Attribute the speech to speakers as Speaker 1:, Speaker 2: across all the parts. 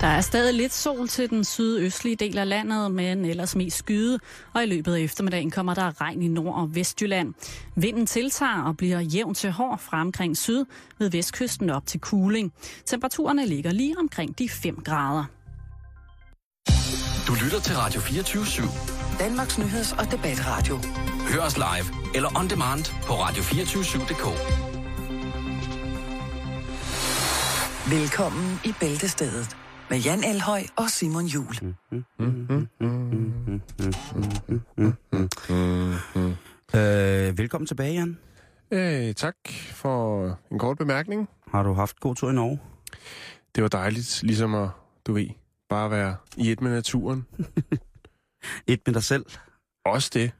Speaker 1: Der er stadig lidt sol til den sydøstlige del af landet, men ellers mest skyde, og i løbet af eftermiddagen kommer der regn i Nord- og Vestjylland. Vinden tiltager og bliver jævn til hård fra omkring syd, ved vestkysten op til kuling. Temperaturerne ligger lige omkring de 5 grader.
Speaker 2: Du lytter til Radio 24-7.
Speaker 3: Danmarks Nyheds- og Debatradio.
Speaker 2: Hør os live eller on demand på radio247.dk.
Speaker 3: Velkommen i Bæltestedet med Jan Elhøj og Simon Jul.
Speaker 4: Mm-hmm.
Speaker 5: Øh, velkommen tilbage, Jan.
Speaker 4: Øh, tak for en kort bemærkning.
Speaker 5: Har du haft god tur i Norge?
Speaker 4: Det var dejligt, ligesom at, du ved, bare være i et med naturen.
Speaker 5: Et med dig selv.
Speaker 4: Også det.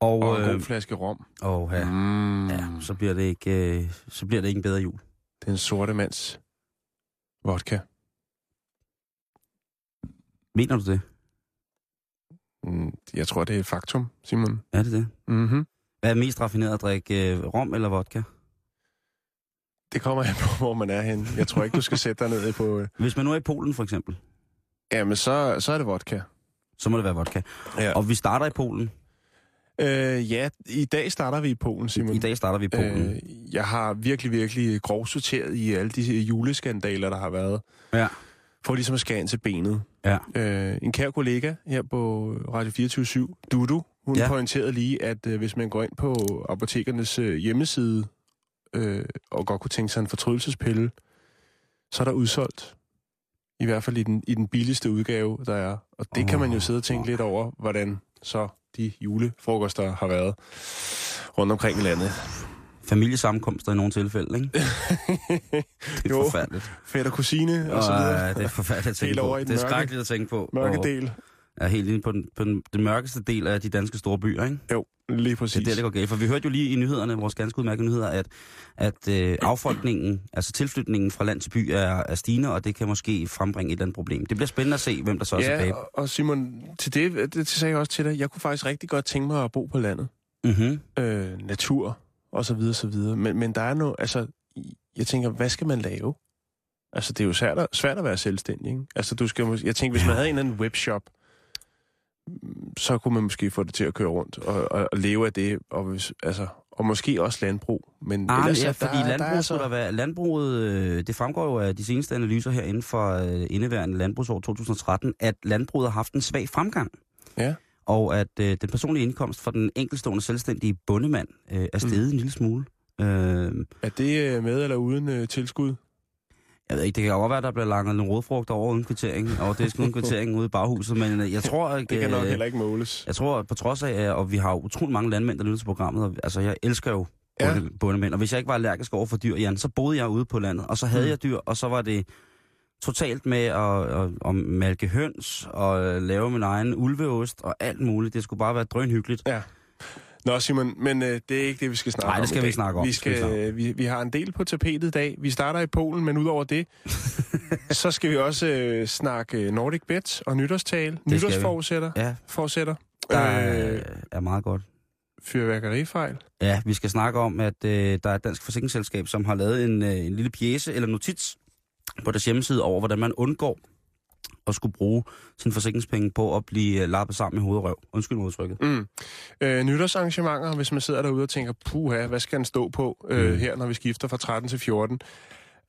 Speaker 5: Og,
Speaker 4: Og en
Speaker 5: øh,
Speaker 4: god flaske rom.
Speaker 5: og ja,
Speaker 4: Mm.
Speaker 5: ja, så bliver det ikke, øh, så bliver det ikke en bedre jul.
Speaker 4: Den sorte mands vodka.
Speaker 5: Mener du det?
Speaker 4: Mm, jeg tror, det er et faktum, Simon.
Speaker 5: Er det det?
Speaker 4: Mm-hmm.
Speaker 5: Hvad er mest raffineret at drikke? Øh, rom eller vodka?
Speaker 4: Det kommer an på, hvor man er henne. Jeg tror ikke, du skal sætte dig ned på... øh,
Speaker 5: Hvis man nu er i Polen, for eksempel,
Speaker 4: Jamen, så, så er det vodka.
Speaker 5: så må det være vodka.
Speaker 4: Ja.
Speaker 5: Og vi starter i Polen.
Speaker 4: Øh, ja, i dag starter vi i Polen, Simon.
Speaker 5: I dag starter vi i Polen.
Speaker 4: Øh, jeg har virkelig, virkelig grov sorteret i alle de juleskandaler, der har været.
Speaker 5: Ja.
Speaker 4: For ligesom at skære ind til benet.
Speaker 5: Ja.
Speaker 4: Øh, en kær kollega her på Radio 24 Dudu, hun
Speaker 5: Ja.
Speaker 4: ja. pointerede lige, at øh, hvis man går ind på apotekernes øh, hjemmeside øh, og godt kunne tænke sig en fortrydelsespille, så er der udsolgt. I hvert fald i den, i den billigste udgave, der er. Og det oh, kan man jo sidde og tænke lidt over, hvordan så de julefrokoster har været rundt omkring i landet.
Speaker 5: Familiesammenkomster i nogle tilfælde, ikke? Det er
Speaker 4: Jo.
Speaker 5: forfærdeligt.
Speaker 4: Fætter, kusine og så videre.
Speaker 5: Og, øh, det er forfærdeligt at tænke
Speaker 4: Helt
Speaker 5: på.
Speaker 4: over i den
Speaker 5: Det er
Speaker 4: mørke-
Speaker 5: skrækkeligt at tænke på.
Speaker 4: Mørke
Speaker 5: Og-
Speaker 4: del.
Speaker 5: er helt inde på den, på den, den mørkeste del af de danske store byer, ikke?
Speaker 4: Jo, lige
Speaker 5: Det er
Speaker 4: præcis.
Speaker 5: der, det går galt. For vi hørte jo lige i nyhederne, vores ganske udmærkede nyheder, at, at øh, affolkningen, altså tilflytningen fra land til by er, er stigende, og det kan måske frembringe et eller andet problem. Det bliver spændende at se, hvem der så er tilbage.
Speaker 4: ja, og- og Simon, til det, det sagde jeg også til dig, jeg kunne faktisk rigtig godt tænke mig at bo på landet.
Speaker 5: Mm-hmm.
Speaker 4: Øh, natur, og så videre, så videre. Men, men der er noget, altså, jeg tænker, hvad skal man lave? Altså, det er jo svært at, svært at være selvstændig, ikke? Altså, du skal, mås- jeg tænker, hvis man havde en eller anden webshop, mm, så kunne man måske få det til at køre rundt og, og, og leve af det, og, hvis, altså, og måske også landbrug. Men
Speaker 5: Ah, men
Speaker 4: ellers,
Speaker 5: ja,
Speaker 4: er- altså,
Speaker 5: fordi
Speaker 4: der, er-
Speaker 5: landbruget,
Speaker 4: der er
Speaker 5: skulle der
Speaker 4: så,
Speaker 5: være, landbruget øh, det fremgår jo af de seneste analyser her inden for øh, indeværende landbrugsår 2013, at landbruget har haft en svag fremgang.
Speaker 4: Ja.
Speaker 5: Og at øh, den personlige indkomst for den enkeltstående selvstændige bondemand øh, er steget mm. en lille smule. Øh,
Speaker 4: er det øh, med eller uden øh, tilskud?
Speaker 5: Jeg ved ikke, det kan godt være, der bliver langet nogle rodfrugt over uden kvittering, og det er en kvittering ude i baghuset, men øh, jeg tror, at,
Speaker 4: Det kan nok
Speaker 5: øh,
Speaker 4: heller ikke måles.
Speaker 5: jeg tror, at på trods af, øh, og vi har jo utrolig mange landmænd, der lytter til programmet, og, altså jeg elsker jo
Speaker 4: Ja.
Speaker 5: bonde- bondemænd, og hvis jeg ikke var allergisk over for dyr, Jan, så boede jeg ude på landet, og så havde
Speaker 4: Mm.
Speaker 5: jeg dyr, og så var det totalt med at, at, at malke høns, og øh, lave min egen ulveost, og alt muligt. Det skulle bare være drønhyggeligt.
Speaker 4: Nå Simon, men øh, det er ikke det, vi skal snakke
Speaker 5: Nej,
Speaker 4: om
Speaker 5: det skal
Speaker 4: i
Speaker 5: vi
Speaker 4: dag.
Speaker 5: ikke snakke om.
Speaker 4: Vi,
Speaker 5: Det skal vi
Speaker 4: skal,
Speaker 5: ikke
Speaker 4: øh, vi, vi har en del på tapetet i dag. Vi starter i Polen, men udover det, så skal vi også øh, snakke øh, Nordic Bets og nytårstal,
Speaker 5: vi.
Speaker 4: nytårsforsætter,
Speaker 5: Ja,
Speaker 4: forsætter,
Speaker 5: der
Speaker 4: øh,
Speaker 5: øh. er meget godt.
Speaker 4: fyrværkerifejl.
Speaker 5: Ja, vi skal snakke om, at øh, der er et dansk forsikringsselskab, som har lavet en, øh, en lille pjæse eller notits på deres hjemmeside over, hvordan man undgår at skulle bruge sine forsikringspenge på at blive øh, lappet sammen i hoved og røv. Undskyld mig udtrykket.
Speaker 4: Mm. Øh, nytårsarrangementer, hvis man sidder derude og tænker, puha, hvad skal den stå på øh,
Speaker 5: Mm.
Speaker 4: her, når vi skifter fra 13 til 14?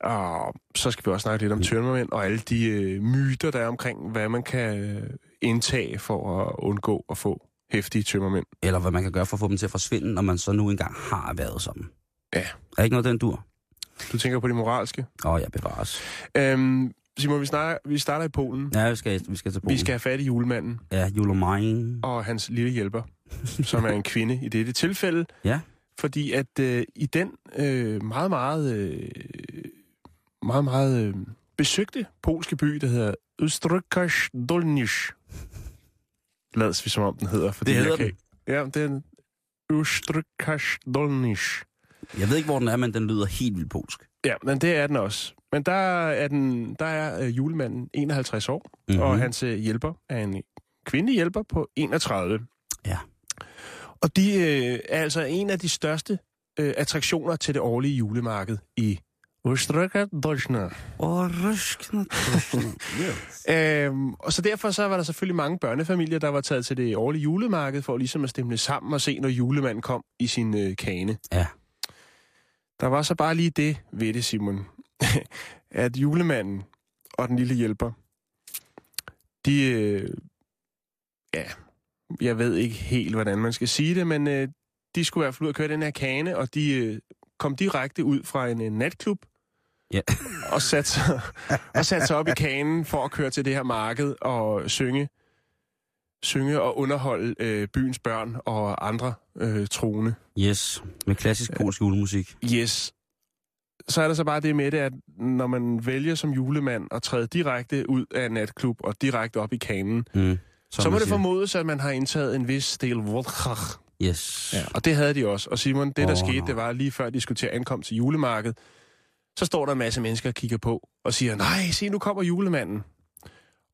Speaker 4: Og så skal vi også snakke lidt
Speaker 5: Mm.
Speaker 4: om tømmermænd og alle de øh, myter, der er omkring, hvad man kan øh, indtage for at undgå at få hæftige tømmermænd.
Speaker 5: Eller hvad man kan gøre for at få dem til at forsvinde, når man så nu engang har været sammen.
Speaker 4: Ja.
Speaker 5: Er ikke noget, den dur?
Speaker 4: Du tænker på det moralske.
Speaker 5: Åh, oh, jeg bevares.
Speaker 4: Øhm, Simon, vi, snakker, vi starter i Polen.
Speaker 5: Ja, vi skal, vi skal til Polen.
Speaker 4: Vi skal have fat i julemanden
Speaker 5: Ja, Julomine.
Speaker 4: og hans lille hjælper, som er en kvinde i dette tilfælde.
Speaker 5: Ja.
Speaker 4: Fordi at øh, i den øh, meget, meget, øh, meget, meget øh, besøgte polske by, der hedder Østrykash Dolnisch. Lads vi som om den hedder. Fordi
Speaker 5: Det hedder
Speaker 4: jeg kan... Ja, det er en Østrykash Dolnisch.
Speaker 5: Jeg ved ikke, hvor den er, men den lyder helt vildt polsk.
Speaker 4: Ja, men det er den også. Men der er, den, der er øh, julemanden 51 år,
Speaker 5: Mm-hmm.
Speaker 4: og hans øh, hjælper er en kvindelig hjælper på 31.
Speaker 5: Ja.
Speaker 4: Og de øh, er altså en af de største øh, attraktioner til det årlige julemarked i Udstrykker Deutschland.
Speaker 5: Åh, røskende.
Speaker 4: Øhm, og så derfor så var der selvfølgelig mange børnefamilier, der var taget til det årlige julemarked for ligesom at stemme sammen og se, når julemanden kom i sin øh, kane.
Speaker 5: Ja.
Speaker 4: Der var så bare lige det ved det, Simon, at julemanden og den lille hjælper, de, øh, ja, jeg ved ikke helt, hvordan man skal sige det, men øh, de skulle i hvert fald ud og køre den her kane, og de øh, kom direkte ud fra en øh, natklub,
Speaker 5: Ja.
Speaker 4: og satte sig, og satte sig op i kanen for at køre til det her marked og synge, synge og underholde øh, byens børn og andre øh, troende.
Speaker 5: Yes, med klassisk polsk julemusik.
Speaker 4: Yes. Så er der så bare det med det, at når man vælger som julemand at træde direkte ud af en natklub og direkte op i kanen,
Speaker 5: Mm.
Speaker 4: så, så må
Speaker 5: man
Speaker 4: det
Speaker 5: siger.
Speaker 4: formodes, at man har indtaget en vis del vodka.
Speaker 5: Yes. Ja.
Speaker 4: Ja. Og det havde de også. Og Simon, det der
Speaker 5: Åh,
Speaker 4: oh, skete,
Speaker 5: nej.
Speaker 4: det var lige før de skulle til at ankomme til julemarkedet, så står der en masse mennesker og kigger på og siger, nej, se, nu kommer julemanden.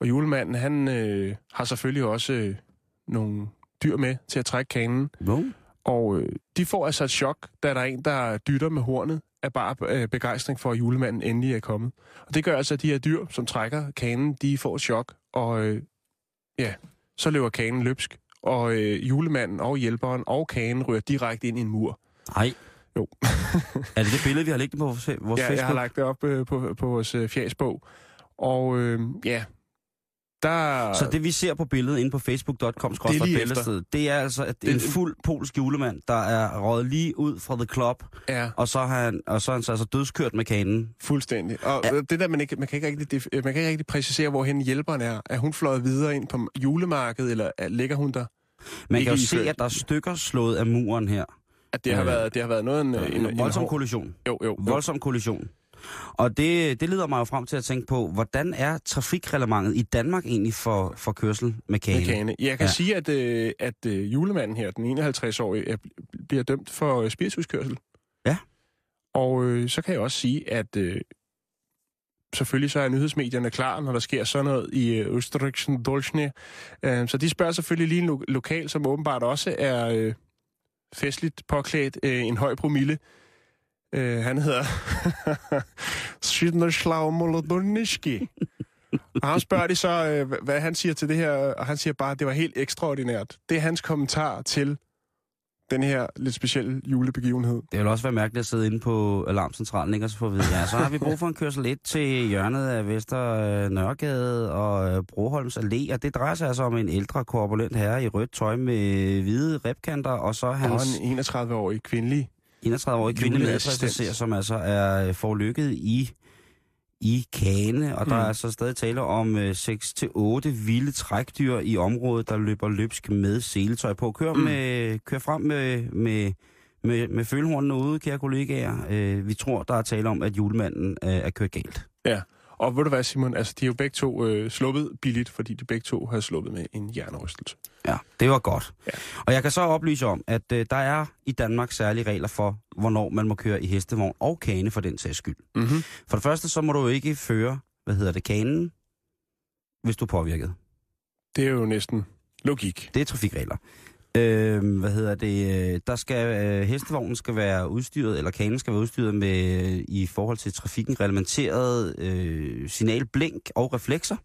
Speaker 4: Og julemanden, han øh, har selvfølgelig også øh, nogle dyr med til at trække kanen.
Speaker 5: Wow.
Speaker 4: Og øh, de får altså et chok, da der er en, der dytter med hornet af bare øh, begejstring for, at julemanden endelig er kommet. Og det gør altså, at de her dyr, som trækker kanen, de får et chok, og øh, ja, så løber kanen løbsk. Og øh, julemanden og hjælperen og kagen rører direkte ind i en mur.
Speaker 5: Ej.
Speaker 4: Jo.
Speaker 5: er det det billede, vi har liggende på vores, vores
Speaker 4: Ja, jeg har
Speaker 5: Facebook?
Speaker 4: lagt det op øh, på, på vores øh, fjæsbog. Og øh, ja, der...
Speaker 5: Så det, vi ser på billedet inde på facebook.com,
Speaker 4: Det er lige efter.
Speaker 5: det, det er altså at
Speaker 4: Det er
Speaker 5: en
Speaker 4: en-
Speaker 5: fuld polsk julemand, der er røget lige ud fra The Club,
Speaker 4: er
Speaker 5: og så har han, og så er han så altså dødskørt med kanen.
Speaker 4: Fuldstændig. Og ja. det der, man, ikke, man, kan ikke rigtig, def- øh, man kan ikke rigtig præcisere, hvorhen hjælperen er. Er hun fløjet videre ind på julemarkedet, eller er, ligger hun der?
Speaker 5: Man
Speaker 4: Ikke
Speaker 5: kan jo
Speaker 4: iført.
Speaker 5: se, at der er stykker slået af muren her.
Speaker 4: At det, har
Speaker 5: Øh,
Speaker 4: været, det har været noget af en, øh, en,
Speaker 5: En
Speaker 4: en
Speaker 5: voldsom
Speaker 4: hård-
Speaker 5: kollision.
Speaker 4: Jo, jo. jo.
Speaker 5: Voldsom kollision. Og det, det leder mig jo frem til at tænke på, hvordan er trafikreglementet i Danmark egentlig for, for kørsel med kane?
Speaker 4: Med kane. Jeg kan
Speaker 5: Ja.
Speaker 4: ja. sige, at, øh, at øh, julemanden her, den 51-årige, er, bliver dømt for øh, spirituskørsel.
Speaker 5: Ja.
Speaker 4: Og øh, så kan jeg også sige, at øh, selvfølgelig så er nyhedsmedierne klar, når der sker sådan noget i øh, Østerrigsen Dolchne. Øh, så de spørger selvfølgelig lige en lo- lokal, som åbenbart også er øh, festligt påklædt øh, en høj promille. Øh, han hedder Svitnerslav Molodonitski. Og ham spørger de så, øh, hva- hvad han siger til det her, og han siger bare, at det var helt ekstraordinært. Det er hans kommentar til den her lidt specielle julebegivenhed.
Speaker 5: Det vil også være mærkeligt at sidde inde på alarmcentralen, ikke? Og så få at vide, ja, så har vi brug for en kørsel 1 til hjørnet af Vester øh, Nørregade og øh, Broholms Allé, og det drejer sig altså om en ældre korpulent herre i rødt tøj med hvide ribkanter, og så
Speaker 4: Han
Speaker 5: hans
Speaker 4: er en 31-årig kvindelig.
Speaker 5: 31-årige kvinde med
Speaker 4: Juleassistent.
Speaker 5: adfærdsassistent, som altså er øh, forlykket i i Kane, og der
Speaker 4: Mm.
Speaker 5: er så stadig tale om øh, 6-8 vilde trækdyr i området, der løber løbsk med seletøj på. Kør, mm.
Speaker 4: Mm.
Speaker 5: med, kør frem med, med, med, med følehornene ude, kære kollegaer. Øh, vi tror, der er tale om, at julemanden øh, er kørt galt.
Speaker 4: Og ved du hvad, Simon? Altså, de er jo begge to øh, sluppet billigt, fordi de begge to har sluppet med en hjernerystelse.
Speaker 5: Ja, det var godt. Ja.
Speaker 4: Ja.
Speaker 5: Og jeg kan så oplyse om, at øh, der er i Danmark særlige regler for, hvornår man må køre i hestevogn og kane for den sags skyld.
Speaker 4: Mm-hmm.
Speaker 5: For det første, så må du ikke føre, hvad hedder det, kanen, hvis du er påvirket.
Speaker 4: Det er jo næsten logik.
Speaker 5: Det er trafikregler. Øh, hvad hedder det? øh, Der skal, øh, hestevognen skal være udstyret, eller kanen skal være udstyret med, øh, i forhold til trafikken, reglementeret øh, signalblink og reflekser.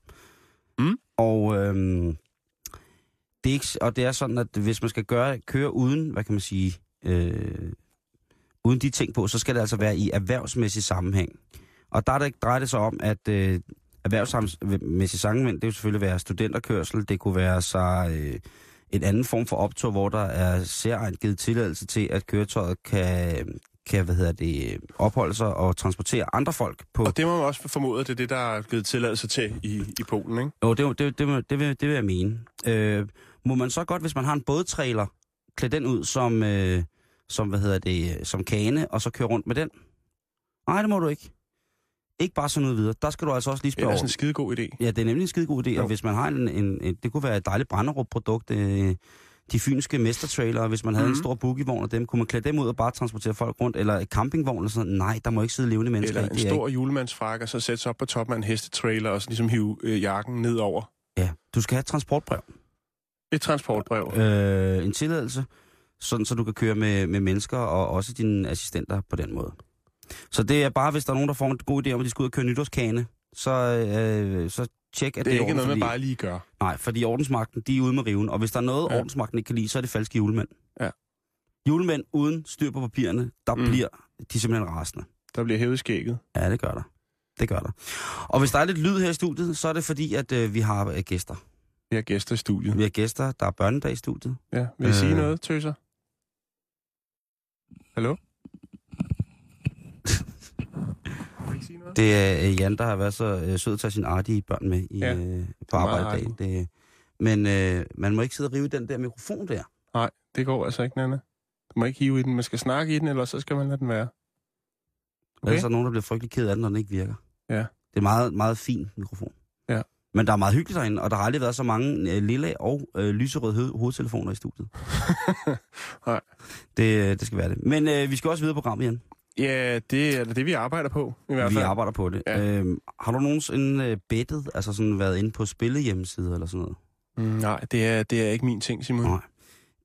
Speaker 4: Mm.
Speaker 5: Og, øh, det er ikke, s- og det er sådan, at hvis man skal gøre, køre uden, hvad kan man sige, øh, uden de ting på, så skal det altså være i erhvervsmæssig sammenhæng. Og der er det, drejer det sig om, at øh, erhvervsmæssig sammenhæng, det vil selvfølgelig være studenterkørsel, det kunne være sig øh, en anden form for optog, hvor der er særligt givet tilladelse til, at køretøjet kan, kan hvad hedder det, øh, opholde sig og transportere andre folk på...
Speaker 4: Og det må man også formode, at det er det, der er givet tilladelse til i, i Polen, ikke?
Speaker 5: Jo, det, det, det, må- det, vil, det vil jeg mene. Øh, må man så godt, hvis man har en bådtrailer, klæde den ud som, øh, som, hvad hedder det, øh, som kane, og så køre rundt med den? Nej, det må du ikke. Ikke bare sådan noget videre. Der skal du altså også lige
Speaker 4: Det
Speaker 5: spørge
Speaker 4: er
Speaker 5: over.
Speaker 4: sådan en skidegod idé.
Speaker 5: Ja, det er nemlig en skide god idé, jo.
Speaker 4: Jo.
Speaker 5: og hvis man har en, en, en, det kunne være et dejligt Branderup-produkt, øh, de fynske mestertrailere, hvis man havde mm. en
Speaker 4: Mhm.
Speaker 5: stor boogievogn af dem, kunne man klæde dem ud og bare transportere folk rundt, eller et campingvogn eller sådan noget. Nej, der må ikke sidde levende mennesker
Speaker 4: Eller
Speaker 5: i,
Speaker 4: en
Speaker 5: det er
Speaker 4: stor julemandsfrak, og så sætte sig op på toppen af en hestetrailer, og så ligesom hive øh, jakken ned over.
Speaker 5: ikke. Ja, du skal have et transportbrev,
Speaker 4: Et transportbrev.
Speaker 5: øh, en tilladelse, sådan så du kan køre med, med mennesker og også dine assistenter på den måde. Så det er bare, hvis der er nogen, der får en god idé om, at de skal ud og køre nytårskane, så, øh, så tjek, at
Speaker 4: Det er ikke noget,
Speaker 5: ordentligt,
Speaker 4: man
Speaker 5: fordi,
Speaker 4: bare lige gør.
Speaker 5: Nej, fordi ordensmagten, de er ude med riven, og hvis der er noget,
Speaker 4: Ja.
Speaker 5: ja. ordensmagten ikke kan lide, så er det falske julemænd.
Speaker 4: Ja.
Speaker 5: Julemænd uden styr på papirerne, der
Speaker 4: Mm.
Speaker 5: mm. bliver de simpelthen rasende.
Speaker 4: Der bliver hævet i skægget.
Speaker 5: Ja, det gør der. Det gør der. Og hvis der er lidt lyd her i studiet, så er det fordi, at øh, vi har øh, gæster.
Speaker 4: Vi har gæster i studiet.
Speaker 5: Vi har gæster, der er børnedag i studiet.
Speaker 4: Ja, vil I øh... sige
Speaker 5: Øh.
Speaker 4: noget, tøser? Hallo? Vil I ikke sige noget?
Speaker 5: Det er øh, Jan, der har været så øh, sød at tage sin artige børn med i,
Speaker 4: Ja,
Speaker 5: ja. øh, på arbejde i dag. Det, men øh, man må ikke sidde og rive i den der mikrofon der.
Speaker 4: Nej, det går altså ikke, Nana. Du må ikke hive i den. Man skal snakke i den, eller så skal man lade den være.
Speaker 5: Okay. Ellers er der nogen, der bliver frygtelig ked af den, når den ikke virker.
Speaker 4: Ja.
Speaker 5: Det er meget, meget fin mikrofon.
Speaker 4: Ja.
Speaker 5: Men der er meget hyggeligt derinde, og der har aldrig været så mange øh, lilla og øh, lyserøde hø- hovedtelefoner i studiet.
Speaker 4: Nej.
Speaker 5: Det, øh, det skal være det. Men øh, vi skal også videre på programmet, Jan.
Speaker 4: Ja, det er da det, vi arbejder på, i hvert
Speaker 5: Vi
Speaker 4: fald.
Speaker 5: arbejder på det.
Speaker 4: Ja.
Speaker 5: Øhm, har du nogensinde øh, bettet, altså sådan været inde på spillehjemmesider eller sådan noget?
Speaker 4: Mm, nej, det er, det er ikke min ting, Simon.
Speaker 5: Nej,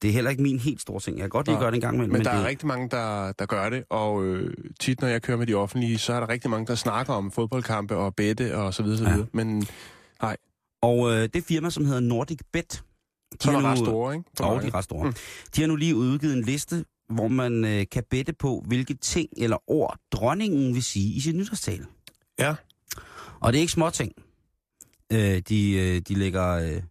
Speaker 5: Det er heller ikke min helt store ting. Jeg kan godt lige
Speaker 4: Mm. Nej.
Speaker 5: gøre det en gang imellem.
Speaker 4: Men der
Speaker 5: det,
Speaker 4: er rigtig mange, der, der gør det, og øh, tit, når jeg kører med de offentlige, så er der rigtig mange, der snakker om fodboldkampe og bette og så videre, så
Speaker 5: Ja.
Speaker 4: videre. Men
Speaker 5: Og øh, det firma, som hedder Nordic Bet, de
Speaker 4: så er
Speaker 5: har
Speaker 4: der ret
Speaker 5: nu,
Speaker 4: store, ikke? På
Speaker 5: og de
Speaker 4: mange.
Speaker 5: er ret store.
Speaker 4: Mm.
Speaker 5: De har nu lige udgivet en liste, hvor man øh, kan bette på, hvilke ting eller ord dronningen vil sige i sin nytårstale.
Speaker 4: Ja.
Speaker 5: Og det er ikke små ting. Øh, de, øh, de lægger, øh,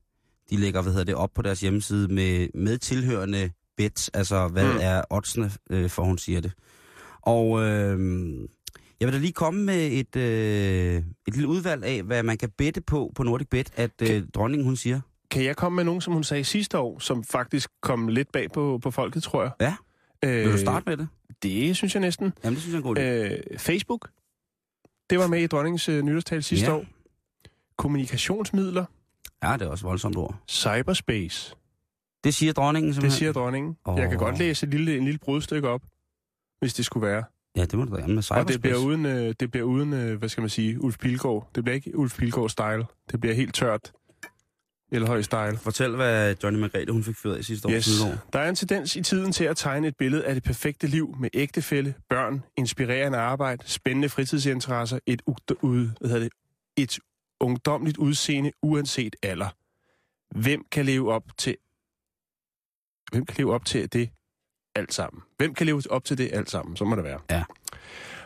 Speaker 5: de lægger hvad hedder det, op på deres hjemmeside med, med tilhørende bets, altså hvad
Speaker 4: Mm.
Speaker 5: mm. er oddsene, øh, for hun siger det. Og øh, jeg vil da lige komme med et, øh, et lille udvalg af, hvad man kan bette på på Nordic Bet, at øh, dronningen hun siger.
Speaker 4: Kan jeg komme med nogen, som hun sagde sidste år, som faktisk kom lidt bag på, på folket, tror jeg?
Speaker 5: Ja.
Speaker 4: Øh,
Speaker 5: Vil du starte med det?
Speaker 4: Det synes jeg næsten.
Speaker 5: Jamen, det synes jeg er en god idé.
Speaker 4: Øh, Facebook. Det var med i dronningens øh, nytårstale sidste
Speaker 5: Ja.
Speaker 4: år. Kommunikationsmidler.
Speaker 5: Ja, det er også et voldsomt ord.
Speaker 4: Cyberspace.
Speaker 5: Det siger dronningen
Speaker 4: Det
Speaker 5: simpelthen?
Speaker 4: siger dronningen.
Speaker 5: Mm-hmm. Åh.
Speaker 4: Jeg kan godt læse et lille, en lille brudstykke op, hvis det skulle være.
Speaker 5: Ja, det må du da gerne med
Speaker 4: Og
Speaker 5: cyberspace.
Speaker 4: det bliver uden, øh, det bliver uden øh, hvad skal man sige, Ulf Pilgaard. Det bliver ikke Ulf Pilgaard-style. Det bliver helt tørt. Elhøj-style.
Speaker 5: Fortæl, hvad Johnny Margrethe hun fik fyret i sidste
Speaker 4: Yes.
Speaker 5: nytår.
Speaker 4: Der er en tendens i tiden til at tegne et billede af det perfekte liv med ægtefælle, børn, inspirerende arbejde, spændende fritidsinteresser, et, ugd- ud, hvad hedder det, et ungdomligt udseende uanset alder. Hvem kan leve op til Hvem kan leve op til det alt sammen? Hvem kan leve op til det alt sammen? Så må det være.
Speaker 5: Ja.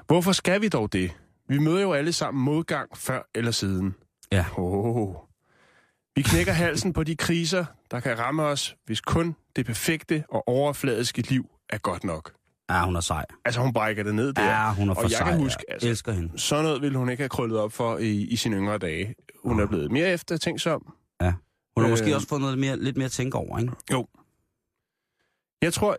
Speaker 4: Hvorfor skal vi dog det? Vi møder jo alle sammen modgang før eller siden.
Speaker 5: Ja.
Speaker 4: Oh. Vi knækker halsen på de kriser, der kan ramme os, hvis kun det perfekte og overfladiske liv er godt nok.
Speaker 5: Ja, hun er sej.
Speaker 4: Altså, hun brækker det ned der.
Speaker 5: Ja, hun er
Speaker 4: Og
Speaker 5: for
Speaker 4: jeg
Speaker 5: sej.
Speaker 4: kan huske, altså-
Speaker 5: elsker hende.
Speaker 4: Sådan noget ville hun ikke have krøllet op for i, i sine yngre dage. Hun er
Speaker 5: Nå.
Speaker 4: blevet mere eftertænksom.
Speaker 5: Hun har
Speaker 4: Øh,
Speaker 5: måske også fået noget mere, lidt mere at tænke over, ikke?
Speaker 4: Jeg tror,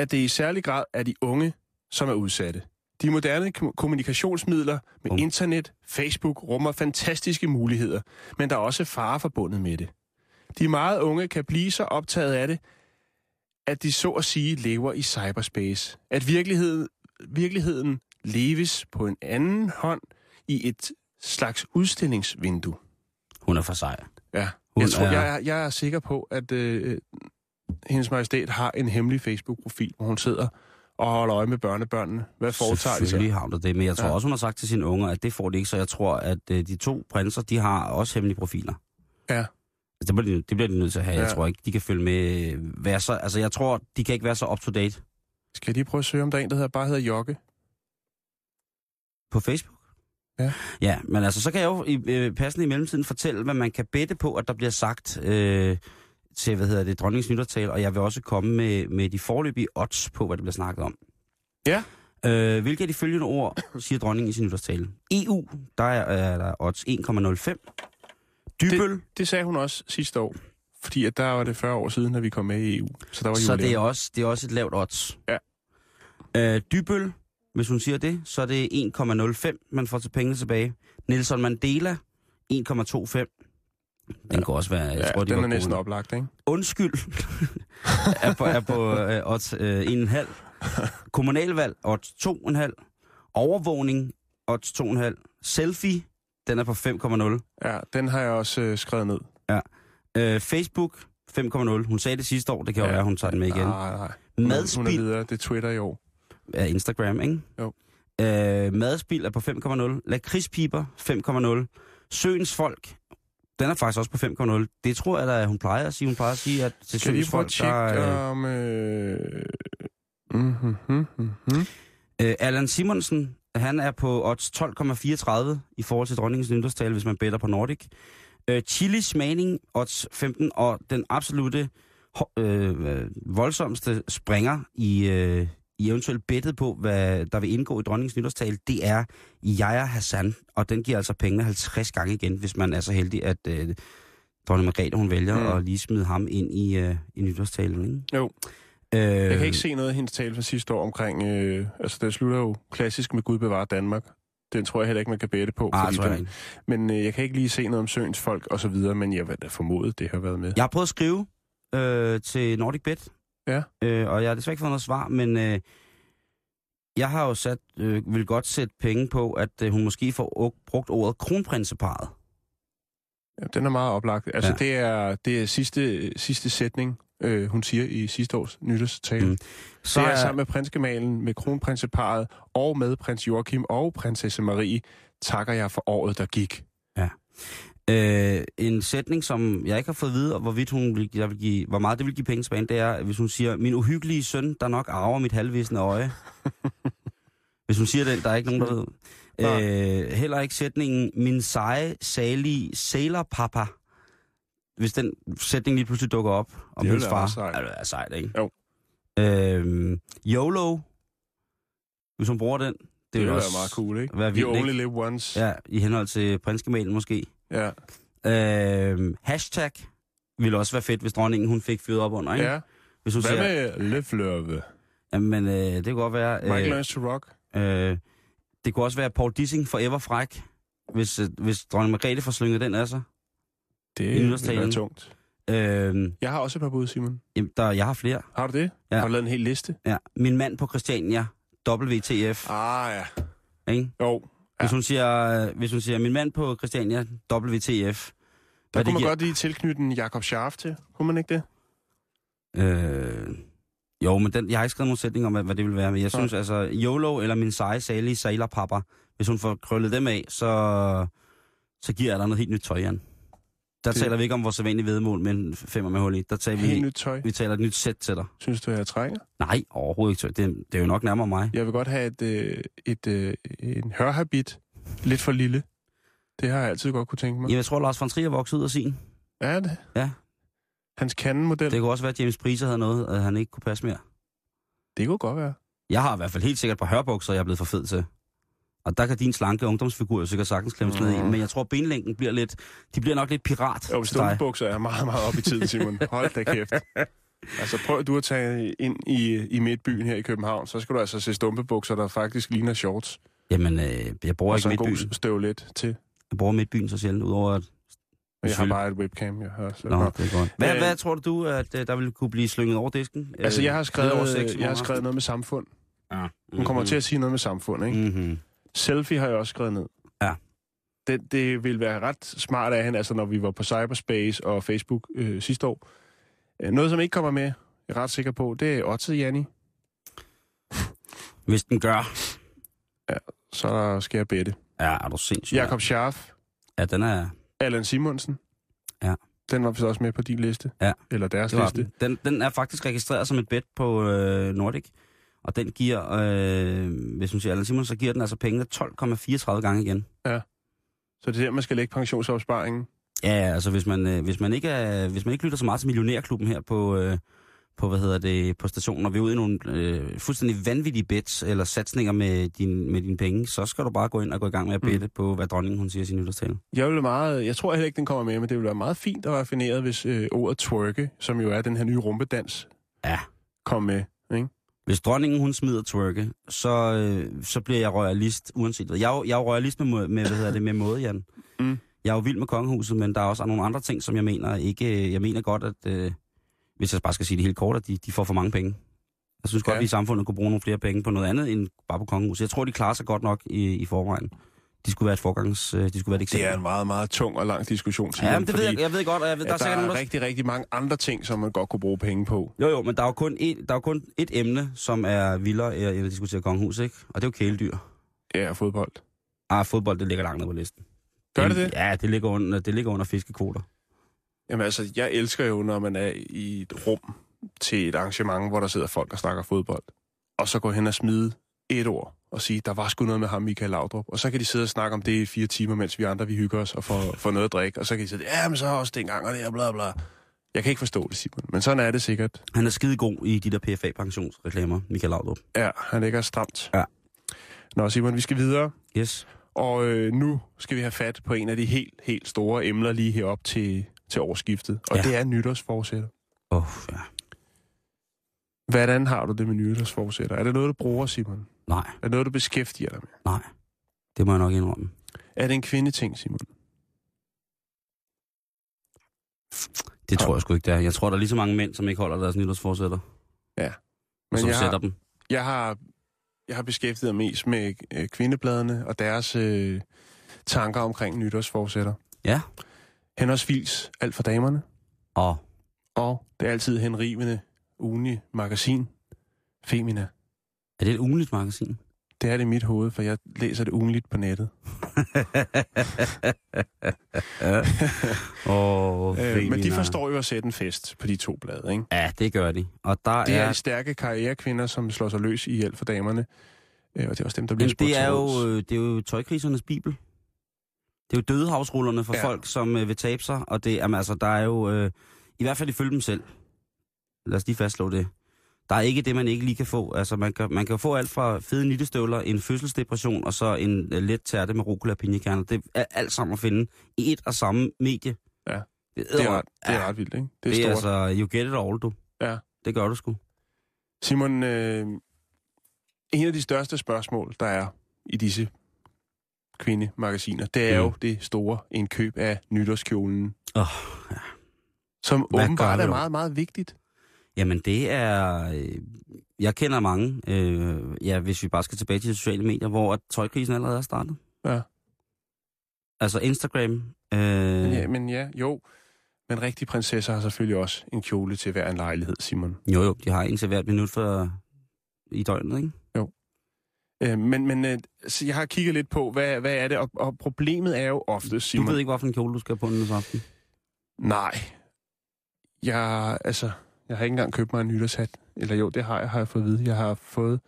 Speaker 4: at det i særlig grad er de unge, som er udsatte. De moderne kom- kommunikationsmidler med
Speaker 5: Bum.
Speaker 4: internet, Facebook rummer fantastiske muligheder, men der er også fare forbundet med det. De meget unge kan blive så optaget af det, at de så at sige lever i cyberspace. At virkeligheden, virkeligheden leves på en anden hånd i et slags udstillingsvindue.
Speaker 5: Hun er for sej.
Speaker 4: Ja.
Speaker 5: Hun
Speaker 4: jeg, tror,
Speaker 5: er-
Speaker 4: jeg, er- jeg er sikker på, at øh, hendes majestæt har en hemmelig Facebook-profil, hvor hun sidder og holder øje med børnebørnene. Hvad foretager de sig?
Speaker 5: Selvfølgelig har hun da det, men jeg tror
Speaker 4: Ja.
Speaker 5: ja. også, hun har sagt til sine unger, at det får de ikke, så jeg tror, at øh, de to prinser, de har også hemmelige profiler.
Speaker 4: Ja.
Speaker 5: Altså, det, bliver de, det bliver de nødt til at have. Ja.
Speaker 4: Ja.
Speaker 5: Jeg tror ikke, de kan følge med. øh, Være så, altså, jeg tror, de kan ikke være så up-to-date
Speaker 4: Skal de prøve at søge, om der er en, der hedder, bare hedder Jokke?
Speaker 5: på Facebook.
Speaker 4: Ja.
Speaker 5: ja, men altså, så kan jeg jo i, øh, passende i mellemtiden fortælle, hvad man kan bette på, at der bliver sagt øh, til, hvad hedder det, dronningens nytårstale, og jeg vil også komme med, med de forløbige odds på, hvad der bliver snakket om.
Speaker 4: Ja.
Speaker 5: Øh, hvilke af de følgende ord siger dronningen i sin nytårstale? EU, der er, er der odds 1,05. Dybøl, det,
Speaker 4: Det sagde hun også sidste år, fordi at der var det 40 år siden, at vi kom med i EU. Så der var
Speaker 5: så det er,
Speaker 4: jubilæum.
Speaker 5: også, det er også et lavt odds.
Speaker 4: Ja.
Speaker 5: Øh, Dybøl, hvis hun siger det, så er det 1,05, man får til pengene tilbage. Nelson Mandela, 1,25. Den ja. kunne også være, jeg
Speaker 4: ja,
Speaker 5: tror, de
Speaker 4: den
Speaker 5: var
Speaker 4: er næsten
Speaker 5: gode.
Speaker 4: oplagt, ikke?
Speaker 5: Undskyld er på, er på øh, odds øh, 1,5. Kommunalvalg, odds 2,5. Overvågning, odds 2,5. Selfie, den er på 5,0.
Speaker 4: Ja, den har jeg også øh, skrevet ned.
Speaker 5: Øh, Facebook, 5,0. Hun sagde det sidste år, det kan jo
Speaker 4: Ja.
Speaker 5: ja. være, hun tager den med igen.
Speaker 4: Nej, nej. Hun er- Hun er
Speaker 5: Madspild
Speaker 4: videre. Det er Twitter i år.
Speaker 5: er Instagram, ikke?
Speaker 4: Jo.
Speaker 5: Øh, madspil er på 5,0. Lakridspiber 5,0. Søens folk, den er faktisk også på 5,0. Det tror jeg da, hun plejer at sige. Hun plejer at sige, at til
Speaker 4: Skal vi
Speaker 5: Søens
Speaker 4: prøve at
Speaker 5: folk,
Speaker 4: tjekke
Speaker 5: der...
Speaker 4: om... Øh... Mm-hmm, mm-hmm.
Speaker 5: Øh, Allan Simonsen, han er på odds 12,34 i forhold til dronningens nytårstale, hvis man better på Nordic. Øh, Chili Smagning, odds 15, og den absolute ho- øh, øh, voldsomste springer i, øh, i eventuelt bettet på, hvad der vil indgå i dronningens nytårstale, det er Yahya Hassan, og den giver altså pengene 50 gange igen, hvis man er så heldig, at øh, dronning Margrethe, hun vælger
Speaker 4: Mm.
Speaker 5: mm. at lige smide ham ind i, øh, i nytårstalen, ikke?
Speaker 4: Jo.
Speaker 5: Øh,
Speaker 4: Jeg kan ikke se noget af hendes tale fra sidste år omkring... Øh... Altså, den slutter jo klassisk med Gud bevarer Danmark. Den tror jeg heller ikke, man kan bette på.
Speaker 5: Ah,
Speaker 4: fordi
Speaker 5: tror jeg
Speaker 4: den...
Speaker 5: ikke.
Speaker 4: Men øh, jeg kan ikke lige se noget om søens folk og så videre, men jeg vil da formode, det har været med.
Speaker 5: Jeg har prøvet at skrive øh, til Nordic Bet.
Speaker 4: Ja.
Speaker 5: Øh, og jeg har desværre ikke fået noget svar, men øh, jeg har jo sat, øh, vil godt sætte penge på, at øh, hun måske får o- brugt ordet kronprinseparet.
Speaker 4: Ja, den er meget oplagt. Altså,
Speaker 5: Ja.
Speaker 4: ja. det er, det er sidste, sidste sætning, øh, hun siger i sidste års nytårstale.
Speaker 5: Mm.
Speaker 4: Mm.
Speaker 5: Så
Speaker 4: Så det er sammen med prinskemalen, med kronprinseparet og med prins Joachim og prinsesse Marie, takker jeg for året, der gik.
Speaker 5: øh, en sætning, som jeg ikke har fået at vide, og hvorvidt hun vil, jeg vil give, hvor meget det vil give penge tilbage, det er, hvis hun siger, min uhyggelige søn, der nok arver mit halvvisende øje. hvis hun siger den, der er ikke nogen, der ved. Øh, heller ikke sætningen, min seje, salige sailorpapa. Hvis den sætning lige pludselig dukker op om
Speaker 4: Det
Speaker 5: hendes
Speaker 4: ville være
Speaker 5: far.
Speaker 4: ret sejt.
Speaker 5: Ja, det er sejt, ikke?
Speaker 4: Jo.
Speaker 5: Øhm, YOLO. Hvis hun bruger den. Det,
Speaker 4: Det
Speaker 5: vil
Speaker 4: er
Speaker 5: også
Speaker 4: også meget cool, ikke?
Speaker 5: være vildt,
Speaker 4: You only
Speaker 5: ikke?
Speaker 4: live once.
Speaker 5: Ja, i henhold til prinskemalen måske.
Speaker 4: Ja.
Speaker 5: Øh, hashtag ville også være fedt, hvis dronningen hun fik fyret op under, ikke?
Speaker 4: ja.
Speaker 5: Hvis hun
Speaker 4: Hvad
Speaker 5: siger,
Speaker 4: med Løfløve?
Speaker 5: jamen, øh, det kunne godt være...
Speaker 4: Mike Learns to Rock?
Speaker 5: øh, det kunne også være Paul Dissing forever fræk, hvis, øh, hvis dronning Margrethe får slynget den af sig.
Speaker 4: Det
Speaker 5: nytårstalen.
Speaker 4: vil være tungt.
Speaker 5: Øh,
Speaker 4: Jeg har også et par bud, Simon.
Speaker 5: jamen, der, jeg har flere.
Speaker 4: Har du det?
Speaker 5: Ja.
Speaker 4: Har du lavet en hel liste?
Speaker 5: Ja. Min mand på Christiania, WTF,
Speaker 4: Ah, ja.
Speaker 5: ikke?
Speaker 4: Jo.
Speaker 5: Hvis, hun siger, øh, hvis hun siger, min mand på Christiania,
Speaker 4: Der
Speaker 5: WTF. Hvad
Speaker 4: kunne
Speaker 5: det
Speaker 4: man
Speaker 5: giver-
Speaker 4: godt lige tilknytte en Jakob Scharf til. Kunne man ikke det?
Speaker 5: Øh, jo, men den, jeg har ikke skrevet nogen sætning om, hvad, hvad det vil være, men jeg
Speaker 4: Nej.
Speaker 5: synes altså, YOLO eller min seje, salige sailorpapper, hvis hun får krøllet dem af, så, så giver jeg dig noget helt nyt tøj, Jan. Der
Speaker 4: Det-
Speaker 5: taler vi ikke om vores sædvanlige vedmål med en femmer med hul i. Der taler
Speaker 4: Helt
Speaker 5: vi,
Speaker 4: nyt tøj.
Speaker 5: vi taler et nyt sæt til dig.
Speaker 4: Synes du, jeg trænger?
Speaker 5: Nej, overhovedet ikke tøj. Det, det er jo nok nærmere mig.
Speaker 4: Jeg vil godt have et, øh, et, øh, en hørhabit. Lidt for lille. Det har jeg altid godt kunne tænke mig.
Speaker 5: Jamen, jeg tror, Lars von Trier voksede ud af sin.
Speaker 4: Er det?
Speaker 5: Ja.
Speaker 4: Hans kandenmodel.
Speaker 5: Det
Speaker 4: Det,
Speaker 5: kunne også være, at James Priester havde noget, at han ikke kunne passe mere.
Speaker 4: det kunne godt være.
Speaker 5: Jeg har i hvert fald helt sikkert på hørbukser, jeg er blevet for fed til. Og der kan din slanke ungdomsfigur jo sikkert sagtens klemmes ned i, men jeg tror, benlængden bliver lidt... De bliver nok lidt pirat
Speaker 4: Mhm. Jo,
Speaker 5: til dig.
Speaker 4: stumpebukser er meget, meget op i tiden, Simon. Hold da kæft. Altså prøv du at tage ind i, i midtbyen her i København, så skal du altså se stumpebukser, der faktisk ligner shorts.
Speaker 5: Jamen, øh, jeg bruger
Speaker 4: Og
Speaker 5: ikke
Speaker 4: så en
Speaker 5: midtbyen.
Speaker 4: god støvlet til.
Speaker 5: Jeg bruger midtbyen så sjældent, udover at...
Speaker 4: Men Jeg har
Speaker 5: Selvfølgelig.
Speaker 4: bare et webcam, jeg har. Så
Speaker 5: Nå, det er godt. Hvad,
Speaker 4: Øh,
Speaker 5: hvad tror du, at øh, der ville kunne blive slynget over disken? Øh,
Speaker 4: Altså, jeg har
Speaker 5: ned over
Speaker 4: skrevet,
Speaker 5: seks Mm-hmm. i
Speaker 4: jeg har
Speaker 5: morgen
Speaker 4: skrevet noget med samfund.
Speaker 5: aften? Ja.
Speaker 4: Hun kommer til at sige noget med samfund, ikke?
Speaker 5: Mm-hmm.
Speaker 4: Selfie har jeg også skrevet ned.
Speaker 5: Ja.
Speaker 4: Det, det ville være ret smart af hende, altså når vi var på Cyberspace og Facebook øh, sidste år. Øh, Noget, som ikke kommer med, jeg er ret sikker på, det er Otze, Janni.
Speaker 5: Hvis den gør...
Speaker 4: Så skal jeg bette.
Speaker 5: Ja, er du sindssyg? mand.
Speaker 4: Jakob Scharf,
Speaker 5: Ja, den er...
Speaker 4: Allan Simonsen.
Speaker 5: Ja.
Speaker 4: Den var vist også med på din liste.
Speaker 5: Ja.
Speaker 4: Eller deres
Speaker 5: Altså, Det var
Speaker 4: liste.
Speaker 5: den. Den, den er faktisk registreret som et bet på øh, Nordic. Og den giver, øh, hvis man siger Allan Simon, så giver den altså pengene 12,34 gange igen.
Speaker 4: Så det er der, man skal lægge pensionsopsparingen.
Speaker 5: Ja, ja, altså hvis man, øh, hvis man, ikke, er, hvis man ikke lytter så meget til Millionærklubben her på, øh, på, hvad hedder det, på stationen, og vi er ude i nogle øh, fuldstændig vanvittige bets eller satsninger med, din, med dine penge, så skal du bare gå ind og gå i gang med at bette mm. på, hvad dronningen hun siger i sin nytårstale.
Speaker 4: Jeg, ville meget, jeg tror heller ikke, den kommer med, men det ville være meget fint og raffineret, hvis øh, ordet twerke, som jo er den her nye rumpedans,
Speaker 5: Ja.
Speaker 4: kom med. Ikke?
Speaker 5: Hvis dronningen hun smider twerke, så, øh, så bliver jeg royalist uanset hvad. Jeg, er jo- jeg er jo royalist med, må- med, hvad hedder det, med måde, Jan.
Speaker 4: Mm.
Speaker 5: Jeg er jo vild med kongehuset, men der er også nogle andre ting, som jeg mener ikke... Jeg mener godt, at... Øh, hvis jeg bare skal sige det helt kort, at de, de får for mange penge. Jeg synes godt,
Speaker 4: Ja.
Speaker 5: at vi i samfundet kunne bruge nogle flere penge på noget andet end bare på kongehuset. Jeg tror, de klarer sig godt nok i, i forvejen. De skulle være et forgangs... øh, De skulle være et
Speaker 4: Det
Speaker 5: eksempel.
Speaker 4: er en meget, meget tung og lang diskussion. Simon,
Speaker 5: Ja, men det ved
Speaker 4: fordi
Speaker 5: jeg, jeg ved godt, og jeg ved,
Speaker 4: at
Speaker 5: der er sikkert nogen, der
Speaker 4: rigtig, rigtig mange andre ting, som man godt kunne bruge penge på.
Speaker 5: Jo, jo, men øh, der er jo kun, et, der er jo kun et emne, som er vildere, eller diskuterer kongehus, ikke? Og det er jo kæledyr.
Speaker 4: Ja, fodbold.
Speaker 5: Ah, fodbold, det ligger langt ned på listen.
Speaker 4: Gør det det?
Speaker 5: Ja, det ligger under, det ligger under fiskekvoter.
Speaker 4: Jamen altså, jeg elsker jo, når man er i et rum til et arrangement, hvor der sidder folk og snakker fodbold. Og så går hen og smide et ord og sige, der var sgu noget med ham, Michael Laudrup. Og så kan de sidde og snakke om det i fire timer, mens vi andre vi hygger os og får, får noget at drikke. Og så kan de sige, ja, men så også dengang og det her, bla bla. Jeg kan ikke forstå det, Simon, men sådan er det sikkert.
Speaker 5: Han er skide god i de der PFA-pensionsreklamer, Michael Laudrup.
Speaker 4: Ja, han ligger stramt.
Speaker 5: Ja.
Speaker 4: Nå, Simon, vi skal videre.
Speaker 5: Yes.
Speaker 4: Og øh, nu skal vi have fat på en af de helt, helt store emner lige herop til, til årsskiftet. Og
Speaker 5: Ja.
Speaker 4: ja. det er nytårsforsætter.
Speaker 5: Åh, oh, ja.
Speaker 4: Hvordan har du det med nytårsforsætter? Er det noget, du bruger, Simon?
Speaker 5: Nej,
Speaker 4: Er det noget, du beskæftiger dig med?
Speaker 5: nej. Det må jeg nok indrømme.
Speaker 4: Er det en kvindeting, Simon?
Speaker 5: Det tror jeg sgu ikke, det er. Jeg tror, der er lige så mange mænd, som ikke holder deres nytårsforsætter, men som
Speaker 4: jeg,
Speaker 5: sætter
Speaker 4: har,
Speaker 5: dem.
Speaker 4: jeg, har, jeg har beskæftiget mig mest med øh, kvindebladene og deres øh, tanker omkring nytårsforsætter.
Speaker 5: Ja.
Speaker 4: Henholdsvis alt for damerne,
Speaker 5: Og
Speaker 4: og det er altid henrivende ugenlig magasin, Femina.
Speaker 5: er det et ugenligt magasin?
Speaker 4: Det er det i mit hoved, for jeg læser det ugenligt på nettet.
Speaker 5: Åh,
Speaker 4: Øh, men de
Speaker 5: Femina.
Speaker 4: forstår jo at sætte en fest på de to blade, ikke?
Speaker 5: Ja, det gør de. Og der
Speaker 4: Det er
Speaker 5: er...
Speaker 4: de stærke karrierekvinder, som slår sig løs i hjælp for damerne. Øh, og det er også dem, der bliver
Speaker 5: Jamen,
Speaker 4: spurgt
Speaker 5: det, er
Speaker 4: til
Speaker 5: jo,
Speaker 4: råds.
Speaker 5: øh, det er jo tøjkrisernes bibel. Det er jo dødehavsrullerne for ja.
Speaker 4: Ja.
Speaker 5: folk, som øh, vil tabe sig, og det, jamen, altså, der er jo, øh, i hvert fald ifølge dem selv, lad os lige fastslå det, der er ikke det, man ikke lige kan få. Altså, man kan, man kan jo få alt fra fede nittestøvler, en fødselsdepression, og så en øh, let tærte med rucola og pinjekerner. Det er alt sammen at finde i et og samme medie.
Speaker 4: Ja.
Speaker 5: Det er,
Speaker 4: Det er, ret, det
Speaker 5: ja,
Speaker 4: er ret vildt, ikke? Det er,
Speaker 5: det er
Speaker 4: stort.
Speaker 5: altså, you get it all, du.
Speaker 4: Ja.
Speaker 5: Det gør du sgu.
Speaker 4: Simon, øh, en af de største spørgsmål, der er i disse kvindemagasiner, det er
Speaker 5: Mm.
Speaker 4: jo det store indkøb af nytårskjolen,
Speaker 5: Åh,
Speaker 4: som
Speaker 5: Hvad gør
Speaker 4: åbenbart
Speaker 5: vi
Speaker 4: er
Speaker 5: dog?
Speaker 4: meget, meget vigtigt.
Speaker 5: Jamen det er... øh, Jeg kender mange, øh, ja, hvis vi bare skal tilbage til de sociale medier, hvor at tøjkrisen allerede er startet.
Speaker 4: Ja.
Speaker 5: Altså Instagram. Øh,
Speaker 4: Men
Speaker 5: ja.
Speaker 4: ja, men ja, jo. Men rigtige prinsesser har selvfølgelig også en kjole til hver en lejlighed, Simon.
Speaker 5: Jo jo, de har en til hvert minut for, i døgnet, ikke?
Speaker 4: Øh, men men øh, så jeg har kigget lidt på, hvad, hvad er det? Og, og problemet er jo ofte,
Speaker 5: Du
Speaker 4: Simon...
Speaker 5: ved ikke, hvilken kjole du skal have på den aften.
Speaker 4: Nej. Jeg, altså, jeg har ikke engang købt mig en nytårshat. Eller jo, det har jeg, har jeg fået at vide. Jeg har fået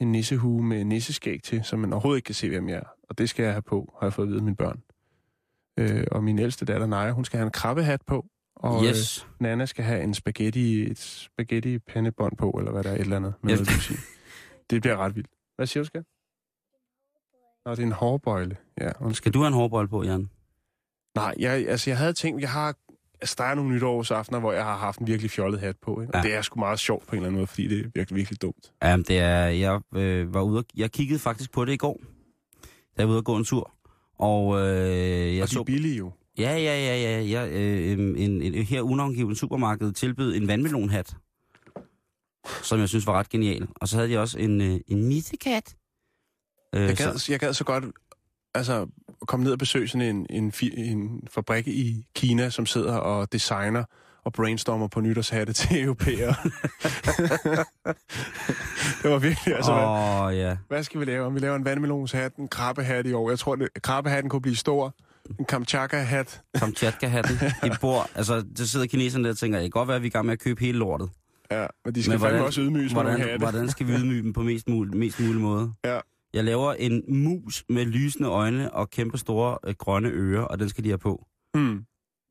Speaker 4: en nissehue med nisseskæg til, som man overhovedet ikke kan se, hvem jeg er. Og det skal jeg have på, har jeg fået at vide af mine børn. Øh, og min ældste datter, Naja, hun skal have en krabbehat på. Og øh,
Speaker 5: yes.
Speaker 4: Nana skal have en spaghetti, et spaghetti pandebånd på, eller hvad der er, et eller andet. Med
Speaker 5: Ja.
Speaker 4: noget, dusin. det bliver ret vildt. Hvad siger du, skal? Nå, det er en hårbøjle. Ja, undskyld.
Speaker 5: Skal du have en hårbold på, Jan?
Speaker 4: Nej, jeg, altså jeg havde tænkt, jeg har, altså der er nogle nytårsaftener, hvor jeg har haft en virkelig fjollet hat på, ikke? og
Speaker 5: Ja.
Speaker 4: ja. det er sgu meget sjovt på en eller anden måde, fordi det er virkelig, virkelig dumt.
Speaker 5: Jamen, det er, jeg øh, var ude og, jeg kiggede faktisk på det i går, da jeg var ude og gå en tur. Og øh, jeg
Speaker 4: og de
Speaker 5: så...
Speaker 4: er billige jo.
Speaker 5: Ja, ja, ja, ja. Jeg, øh, en, en, en, her unangiven supermarked tilbød en vandmelonhat, som jeg synes var ret genial. Og så havde de også en, øh, en nissekat. Øh,
Speaker 4: Jeg
Speaker 5: så-
Speaker 4: gad, jeg gad så godt altså, at komme ned og besøge sådan en, en, fi- en fabrik i Kina, som sidder og designer og brainstormer på nytårshatte til europæere. det var virkelig, altså, hvad,
Speaker 5: Åh, oh, ja.
Speaker 4: hvad skal vi lave? Om vi laver en vandmelonshat, en krabbehat i år. Jeg tror, det, krabbehatten kunne blive stor. En Kamchatka-hat.
Speaker 5: Kamchatka-hatten. De bor, altså, der sidder kineserne der og tænker, det kan godt være, at vi er i gang med at købe hele lortet.
Speaker 4: Ja, men de skal fandme også ydmyges med nogle
Speaker 5: hvordan,
Speaker 4: hatte.
Speaker 5: hvordan skal vi ydmyge dem på mest mulig, mest mulig måde?
Speaker 4: Ja.
Speaker 5: Jeg laver en mus med lysende øjne og kæmpe store øh, grønne ører, og den skal de have på.
Speaker 4: Hmm.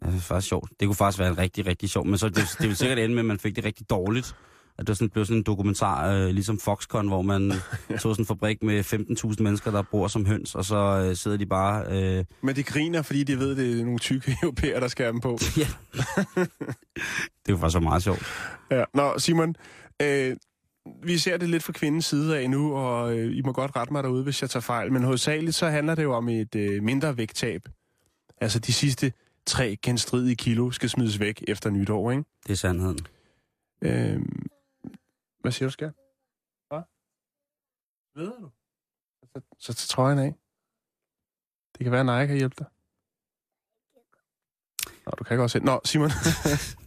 Speaker 5: Ja, det er faktisk sjovt. Det kunne faktisk være en rigtig, rigtig sjov, men så det, det ville sikkert ende med, at man fik det rigtig dårligt. At det var sådan, blev sådan en dokumentar, øh, ligesom Foxconn, hvor man tog sådan en fabrik med 15.000 mennesker, der bor som høns, og så øh, sidder de bare... Øh,
Speaker 4: Men de griner, fordi de ved, det er nogle tykke europæer, der skal have dem på.
Speaker 5: ja. det var faktisk så meget sjovt.
Speaker 4: Ja. Nå, Simon, øh, vi ser det lidt fra kvindens side af nu, og øh, I må godt rette mig derude, hvis jeg tager fejl. Men hovedsageligt så handler det jo om et øh, mindre vægttab. Altså de sidste tre genstridige kilo skal smides væk efter nytår, ikke?
Speaker 5: Det er sandheden.
Speaker 4: Øh, hvad siger du, skal? Hvad? Ved du? Så, så tager trøjen af. Det kan være, at Naja kan hjælpe dig. Nå, du kan ikke også se. Nå, Simon.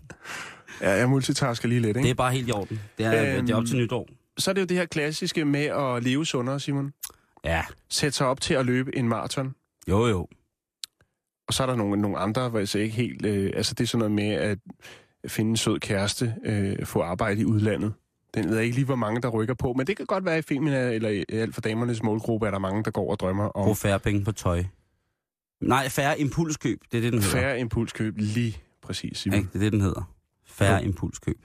Speaker 4: ja, jeg multitasker lige lidt, ikke?
Speaker 5: Det er bare helt i orden. Det er, øhm, det er op
Speaker 4: Øhm,
Speaker 5: til nytår.
Speaker 4: Så er det jo det her klassiske med at leve sundere, Simon.
Speaker 5: Ja,
Speaker 4: sætte sig op til at løbe en maraton.
Speaker 5: jo jo.
Speaker 4: Og så er der nogle, nogle andre, hvor jeg så ikke helt... Øh, altså, det er sådan noget med at finde en sød kæreste, øh, få arbejde i udlandet. Den ved jeg ikke lige, hvor mange, der rykker på. Men det kan godt være, at i Femina eller i alt for damernes målgruppe, er der mange, der går og drømmer
Speaker 5: Brug
Speaker 4: om
Speaker 5: færre penge på tøj. Nej, færre impulskøb, det er det, den hedder.
Speaker 4: færre impulskøb lige præcis. Simon.
Speaker 5: Ikke? Det er det, den hedder. Færre
Speaker 4: Jo.
Speaker 5: impulskøb.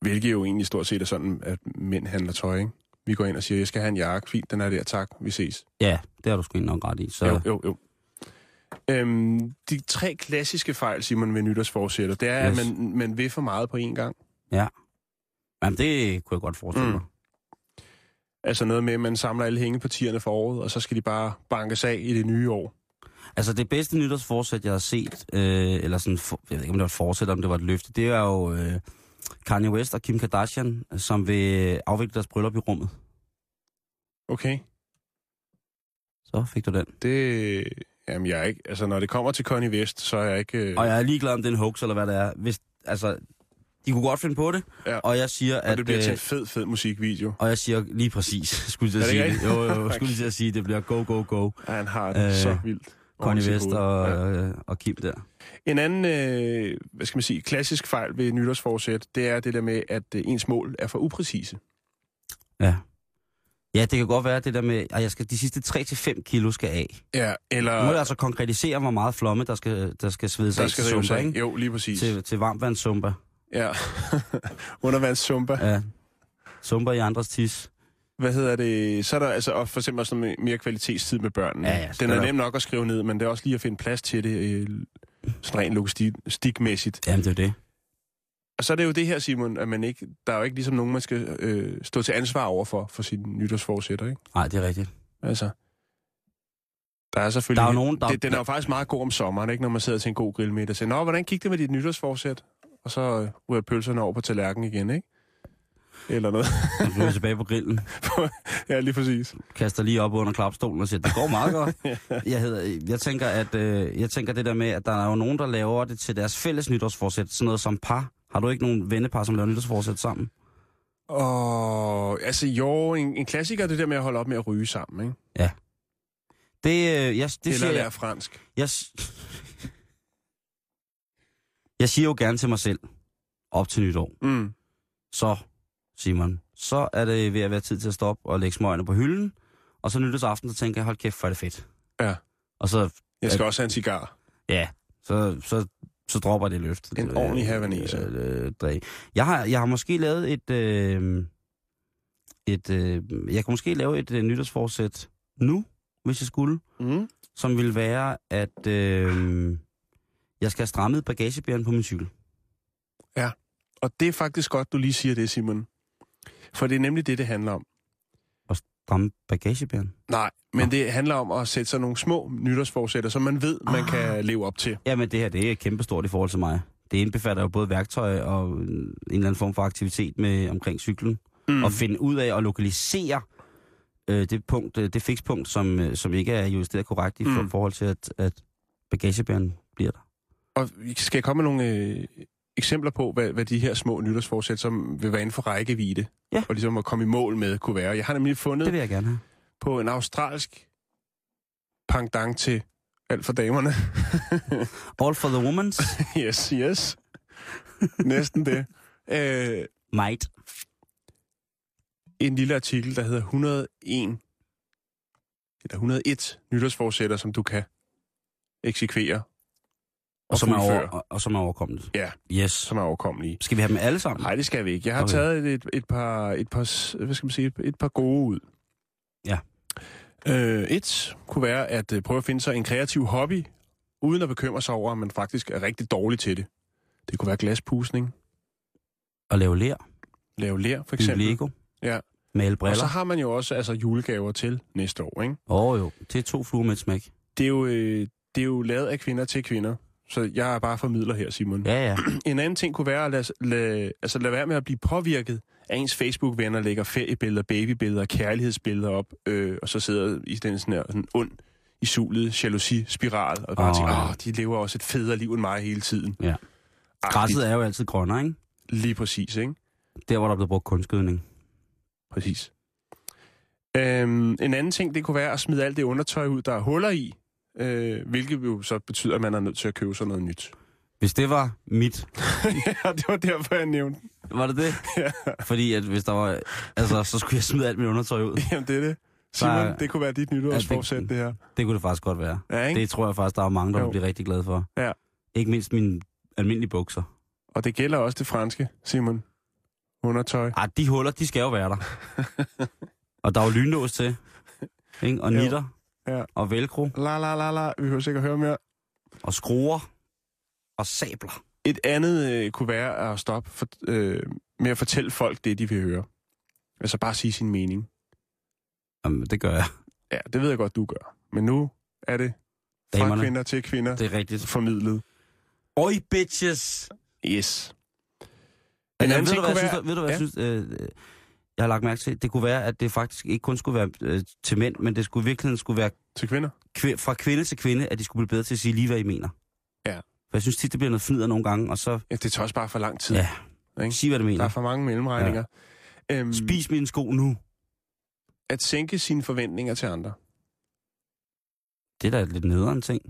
Speaker 4: Hvilket jo egentlig stort set er sådan, at mænd handler tøj, ikke? Vi går ind og siger, jeg skal have en jakke, fint, den er der, tak, vi ses.
Speaker 5: Ja, det har du sgu ikke nok ret i. Så
Speaker 4: Jo, jo, jo. Øhm, de tre klassiske fejl, Simon, ved nytårsforsætter, det er, yes.
Speaker 5: Yes.
Speaker 4: at man, man vil for meget på én gang.
Speaker 5: Jamen, det kunne jeg godt forestille
Speaker 4: Mm.
Speaker 5: mig.
Speaker 4: Altså noget med, at man samler alle hængepartierne for året, og så skal de bare bankes af i det nye år.
Speaker 5: Altså det bedste nytårsforsæt, jeg har set, øh, eller sådan, for, jeg ved ikke, om det var et forsæt, eller om det var et løfte, det er jo øh, Kanye West og Kim Kardashian, som vil afvikle deres bryllup i rummet.
Speaker 4: Okay?
Speaker 5: Så fik du den.
Speaker 4: Det... Jamen, jeg er ikke... Altså, når det kommer til Connie West, så er jeg ikke... Øh,
Speaker 5: Og jeg er ligeglad, om det er en hoax, eller hvad det er. Hvis, altså, de kunne godt finde på det,
Speaker 4: Ja.
Speaker 5: og jeg siger,
Speaker 4: og
Speaker 5: at...
Speaker 4: det bliver til en
Speaker 5: øh,
Speaker 4: fed, fed musikvideo.
Speaker 5: og jeg siger lige præcis, skulle jeg
Speaker 4: Er det
Speaker 5: sige
Speaker 4: ikke
Speaker 5: det. Jo, jo, jo, skulle lige til at sige, det bliver go, go, go.
Speaker 4: Ja, han har det
Speaker 5: Øh,
Speaker 4: øh, så vildt.
Speaker 5: Connie
Speaker 4: Oven i
Speaker 5: West
Speaker 4: hovedet.
Speaker 5: og,
Speaker 4: Ja.
Speaker 5: øh, og Kim der.
Speaker 4: En anden, øh, hvad skal man sige, klassisk fejl ved nytårsforsæt, det er det der med, at øh, ens mål er for upræcise.
Speaker 5: Ja. Ja, det kan godt være det der med, at jeg skal, de sidste 3-5 kilo skal af.
Speaker 4: Ja,
Speaker 5: Nu må jeg
Speaker 4: eller...
Speaker 5: altså konkretisere, hvor meget flomme, der skal, der skal svedes
Speaker 4: Der
Speaker 5: af
Speaker 4: skal
Speaker 5: til
Speaker 4: rives
Speaker 5: zumba,
Speaker 4: af.
Speaker 5: ikke?
Speaker 4: Jo, lige præcis.
Speaker 5: Til, til varmvandssumba.
Speaker 4: Ja. Undervandssumba.
Speaker 5: Ja. Zumba i andres tis.
Speaker 4: Hvad hedder det? Så er der altså og for eksempel også noget med- mere kvalitetstid med børnene.
Speaker 5: Ja, ja,
Speaker 4: Den
Speaker 5: skal
Speaker 4: er
Speaker 5: der-
Speaker 4: nem nok at skrive ned, men det er også lige at finde plads til det, øh, sådan rent logistikmæssigt.
Speaker 5: Jamen, det er jo det.
Speaker 4: Og så er det jo det her, Simon, at man ikke, der er jo ikke ligesom nogen, man skal øh, stå til ansvar over for, for sine nytårsforsætter, ikke?
Speaker 5: Nej, det er rigtigt.
Speaker 4: Altså, der er selvfølgelig...
Speaker 5: Der er jo nogen, der...
Speaker 4: det, den er jo faktisk meget god om sommeren, ikke? når man sidder til en god grillmiddag og siger, Nå, hvordan gik det med dit nytårsforsæt? Og så øh, ryger pølserne over på tallerkenen igen, ikke? Eller noget.
Speaker 5: Nu skal vi tilbage på grillen.
Speaker 4: ja, lige præcis.
Speaker 5: Kaster lige op under klapstolen og siger, det går meget godt. Jeg, hedder, jeg, tænker, at, øh, jeg tænker det der med, at der er jo nogen, der laver det til deres fælles nytårsforsæt. Sådan noget som par. Har du ikke nogen vennepar, som laver nytårsforsæt sammen?
Speaker 4: Og altså jo, en, en klassiker er det der med at holde op med at ryge sammen, ikke?
Speaker 5: Det, øh, jeg, det
Speaker 4: Det Eller
Speaker 5: siger
Speaker 4: lære
Speaker 5: jeg,
Speaker 4: fransk.
Speaker 5: jeg... s- Jeg siger jo gerne til mig selv, op til nytår,
Speaker 4: Mm.
Speaker 5: så, Simon, så er det ved at være tid til at stoppe og lægge smøgene på hylden. Og så nytårsaften, så tænker jeg, hold kæft, hvor er det fedt.
Speaker 4: Ja.
Speaker 5: Og så,
Speaker 4: Jeg skal også have en cigar.
Speaker 5: ja, så, så, så dropper det løft.
Speaker 4: En ordentlig Havanese.
Speaker 5: Øh, øh, drik. jeg, har, jeg har måske lavet et... Øh, et øh, jeg kan måske lave et øh, nytårsforsæt nu, hvis jeg skulle,
Speaker 4: Mm.
Speaker 5: som ville være, at øh, jeg skal have strammet bagagebæren på min cykel.
Speaker 4: Og det er faktisk godt, du lige siger det, Simon. For det er nemlig det, det handler om.
Speaker 5: Stramme bagagebæren?
Speaker 4: Nej, men
Speaker 5: Nå.
Speaker 4: det handler om at sætte sig nogle små nytårsforsætter, som man ved, man
Speaker 5: Ah.
Speaker 4: kan leve op til.
Speaker 5: Jamen det her, det er kæmpestort i forhold til mig. Det indbefatter jo både værktøj og øh, en eller anden form for aktivitet med omkring cyklen. Mm. Og finde ud af at lokalisere øh, det punkt, øh, det fikspunkt, som, øh, som ikke er justeret korrekt i
Speaker 4: Mm.
Speaker 5: mm. forhold til, at, at bagagebæren bliver der.
Speaker 4: Og skal jeg komme med nogle øh, eksempler på, hvad, hvad de her små nytårsforsæt, som vil være inden for rækkevidde,
Speaker 5: Ja.
Speaker 4: og ligesom at komme i mål med, kunne være. Jeg har nemlig fundet
Speaker 5: Det vil jeg gerne have.
Speaker 4: på en australsk pangdang til alt for damerne.
Speaker 5: All for the women's
Speaker 4: yes, yes. Næsten det. Øh,
Speaker 5: might.
Speaker 4: en lille artikel, der hedder 101 eller 101 nytårsforsætter, som du kan eksekvere,
Speaker 5: Og som, er over,
Speaker 4: fuldføre.
Speaker 5: og, og som er overkommeligt.
Speaker 4: Ja.
Speaker 5: Yes.
Speaker 4: som er overkommelige.
Speaker 5: Skal vi have dem alle sammen?
Speaker 4: Nej, det skal vi ikke. Jeg har
Speaker 5: Okay.
Speaker 4: okay. taget et, et, par, et, par, s- hvad skal man sige, et, et par gode ud.
Speaker 5: Ja.
Speaker 4: Øh, et kunne være at øh, prøve at finde sig en kreativ hobby, uden at bekymre sig over, at man faktisk er rigtig dårlig til det. Det kunne være glaspusning,
Speaker 5: Og lave ler,
Speaker 4: lave ler for
Speaker 5: bygge
Speaker 4: eksempel.
Speaker 5: Lego,
Speaker 4: Ja.
Speaker 5: male
Speaker 4: Og så
Speaker 5: briller.
Speaker 4: har man jo også altså, julegaver til næste år. Ikke?
Speaker 5: Åh oh, jo, det er to fluer med et smæk.
Speaker 4: Det, er jo, øh, det er jo lavet af kvinder til kvinder. Så jeg er bare formidler her, Simon.
Speaker 5: Ja, ja.
Speaker 4: En anden ting kunne være at lade, lade, altså lade være med at blive påvirket af ens Facebook-venner, lægger feriebilleder, babybilleder, kærlighedsbilleder op, øh, og så sidder i den sådan her sådan ond, isulet jalousi-spiral, og bare
Speaker 5: Åh,
Speaker 4: oh, tænker,
Speaker 5: ja.
Speaker 4: åh, de lever også et federe liv end mig hele tiden.
Speaker 5: Ja.
Speaker 4: Agtigt.
Speaker 5: Græsset er jo altid grønnere, ikke?
Speaker 4: Lige præcis, ikke?
Speaker 5: Der, hvor der er blevet brugt kunstgødning.
Speaker 4: Præcis. Øhm, en anden ting, det kunne være at smide alt det undertøj ud, der er huller i, øh, hvilket jo så betyder, at man er nødt til at købe sig noget nyt.
Speaker 5: Hvis det var mit,
Speaker 4: ja, det var derfor, jeg nævnte.
Speaker 5: var det det?
Speaker 4: Ja.
Speaker 5: Fordi at hvis der var, altså, så skulle jeg smide alt mit undertøj ud.
Speaker 4: Jamen, det er det.
Speaker 5: Der
Speaker 4: Simon,
Speaker 5: er-
Speaker 4: det kunne være dit nytårsforsæt,
Speaker 5: Ja,
Speaker 4: det,
Speaker 5: det-
Speaker 4: det her.
Speaker 5: Det kunne det faktisk godt være.
Speaker 4: Ja, ikke?
Speaker 5: Det tror jeg faktisk, der er mange, der
Speaker 4: Jo.
Speaker 5: vil blive rigtig glade for.
Speaker 4: Ja.
Speaker 5: Ikke mindst mine almindelige bukser.
Speaker 4: Og det gælder også det franske, Simon. Undertøj.
Speaker 5: Ah, de huller, de skal jo være der. og der er jo lynlås til. Ikke? Og
Speaker 4: Jo.
Speaker 5: nitter.
Speaker 4: Ja.
Speaker 5: Og velcro.
Speaker 4: La la la la, vi behøver sikkert høre mere.
Speaker 5: Og skruer. Og sabler.
Speaker 4: Et andet øh, kunne være at stoppe for, øh, med at fortælle folk det, de vil høre. Altså bare sige sin mening.
Speaker 5: Jamen, det gør jeg.
Speaker 4: Ja, det ved jeg godt, du gør. Men nu er det fra
Speaker 5: Damerne.
Speaker 4: kvinder til kvinder
Speaker 5: Det er rigtigt.
Speaker 4: formidlet.
Speaker 5: Oj, bitches!
Speaker 4: Yes. En
Speaker 5: Men jamen,
Speaker 4: anden
Speaker 5: ved, du,
Speaker 4: ting
Speaker 5: hvad
Speaker 4: kunne
Speaker 5: jeg
Speaker 4: være...
Speaker 5: synes, ved du, hvad jeg synes, øh, øh, jeg har lagt mærke til? Det kunne være, at det faktisk ikke kun skulle være øh, til mænd, men det skulle i virkeligheden skulle være
Speaker 4: Til kvinder?
Speaker 5: kv- fra kvinde til kvinde, at de skulle blive bedre til at sige lige, hvad I mener.
Speaker 4: Ja.
Speaker 5: For jeg synes tit, det bliver noget fnider nogle gange, og så
Speaker 4: Ja, det tager også bare for lang tid.
Speaker 5: Ja.
Speaker 4: Ikke?
Speaker 5: sige, hvad du
Speaker 4: Der er
Speaker 5: mener.
Speaker 4: for mange mellemregninger. Ja. Øhm,
Speaker 5: Spis min sko nu.
Speaker 4: At sænke sine forventninger til andre.
Speaker 5: Det er da lidt nederen ting.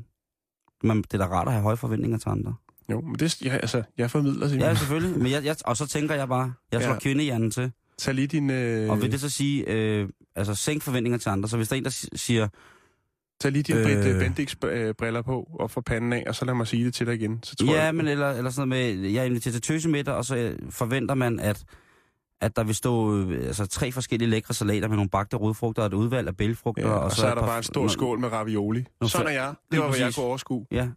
Speaker 5: Men det er da rart at have høje forventninger til andre.
Speaker 4: Jo, men det, ja, altså, jeg formidler Simon.
Speaker 5: Ja, selvfølgelig. Men jeg, jeg, og så tænker jeg bare, jeg slår
Speaker 4: Ja.
Speaker 5: ja. kvindehjernen til.
Speaker 4: Tag lige din, øh,
Speaker 5: Og vil det så sige, øh, altså sænk forventninger til andre. Så hvis der er en, der si- siger,
Speaker 4: tag lige dine øh,
Speaker 5: Øh.
Speaker 4: Bendix-briller på og få panden af, og så lad mig sige det til dig igen. Så tror
Speaker 5: ja,
Speaker 4: jeg,
Speaker 5: men eller, eller sådan noget med, jeg er inviteret til tøsemiddag, og så øh, forventer man, at, at der vil stå øh, altså, tre forskellige lækre salater med nogle bagte rodfrugter og et udvalg af bælgfrugter.
Speaker 4: Ja, og, og så, så er
Speaker 5: et
Speaker 4: der
Speaker 5: par-
Speaker 4: bare en stor
Speaker 5: Nå,
Speaker 4: skål med ravioli.
Speaker 5: Nå,
Speaker 4: Sådan er jeg. Det var, hvad jeg
Speaker 5: præcis.
Speaker 4: kunne overskue.
Speaker 5: Ja.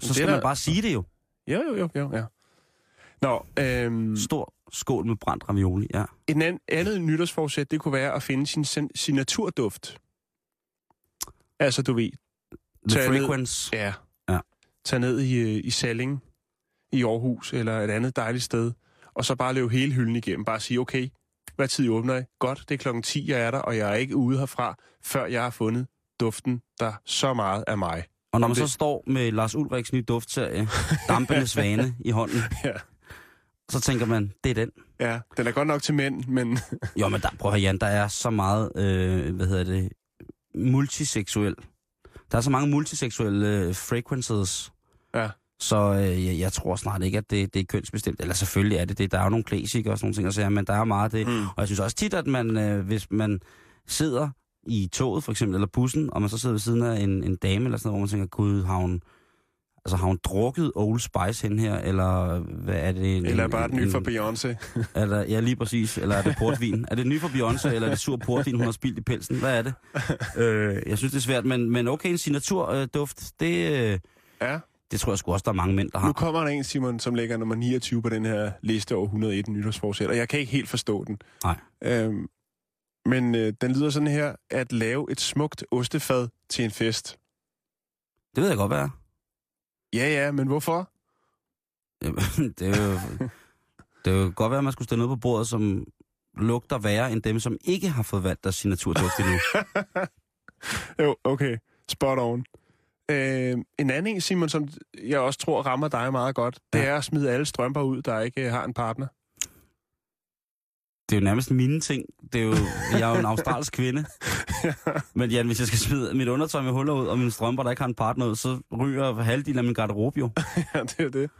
Speaker 5: Så
Speaker 4: det
Speaker 5: skal
Speaker 4: er
Speaker 5: man
Speaker 4: da-
Speaker 5: bare sige det jo.
Speaker 4: Jo, jo, jo, jo, ja. Nå, øhm,
Speaker 5: Stor skål med brændt ravioli, ja.
Speaker 4: en anden, andet nytårsforsæt, det kunne være at finde sin sin- signaturduft. Altså, du ved,
Speaker 5: The
Speaker 4: Tag ned.
Speaker 5: Frequence.
Speaker 4: Ja.
Speaker 5: Ja.
Speaker 4: Tag ned i, øh, i Salling, i Aarhus, eller et andet dejligt sted, og så bare løbe hele hylden igennem. Bare sige, okay, hvad tid I åbner I? Godt, det er klokken 10, jeg er der, og jeg er ikke ude herfra, før jeg har fundet duften, der så meget af mig.
Speaker 5: Og når
Speaker 4: Om
Speaker 5: man så
Speaker 4: det-
Speaker 5: står med Lars Ulriks nye duftserie, Dampende Svane, i hånden,
Speaker 4: Ja.
Speaker 5: så tænker man, det er den.
Speaker 4: Ja, den er godt nok til mænd, men
Speaker 5: Jo, men der, prøv at høre, Jan, der er så meget, øh, hvad hedder det, multiseksuel. Der er så mange multiseksuelle øh, frequences.
Speaker 4: Ja.
Speaker 5: Så øh, jeg, jeg tror snart ikke, at det, det er kønsbestemt. Eller selvfølgelig er det det. Der er jo nogle klassikere og sådan nogle ting, og så, men der er meget af det.
Speaker 4: Mm.
Speaker 5: Og jeg synes også tit, at man, øh, hvis man sidder i toget for eksempel, eller bussen, og man så sidder ved siden af en, en dame eller sådan noget, hvor man tænker, gud, har hun, altså, har hun drukket Old Spice hen her, eller hvad er det? En,
Speaker 4: eller bare
Speaker 5: en-
Speaker 4: den nye
Speaker 5: en-
Speaker 4: for Beyoncé.
Speaker 5: eller, ja, lige præcis. Eller er det portvin? er det ny for Beyoncé, eller er det sur portvin, hun har spildt i pelsen? Hvad er det? Øh, jeg synes, det er svært, men, men okay, en signaturduft, det, øh,
Speaker 4: Ja,
Speaker 5: det tror jeg sgu også, der er mange mænd, der
Speaker 4: nu
Speaker 5: har.
Speaker 4: kommer der en, Simon, som ligger nummer 29 på den her liste over 101 nytårsforsæt, og jeg kan ikke helt forstå den.
Speaker 5: Nej.
Speaker 4: Øhm, men øh, den lyder sådan her, at lave et smukt ostefad til en fest.
Speaker 5: Det ved jeg godt, hvad er.
Speaker 4: Ja, ja, men hvorfor?
Speaker 5: Jamen, det er jo... Det kan godt være, at man skulle stille noget på bordet, som lugter værre end dem, som ikke har fået valgt deres signaturduft endnu.
Speaker 4: Jo, okay. Spot on. Øh, en anden en, Simon, som jeg også tror rammer dig meget godt, det
Speaker 5: Ja.
Speaker 4: er at smide alle strømper ud, der ikke øh, har en partner.
Speaker 5: Det er jo nærmest mine ting. Det er jo, jeg er jo en australsk kvinde. Men Jan, hvis jeg skal smide mit undertøj med huller ud, og mine strømper, der ikke har en partner ud, så ryger halvdelen af min garderobe jo.
Speaker 4: ja, det er det.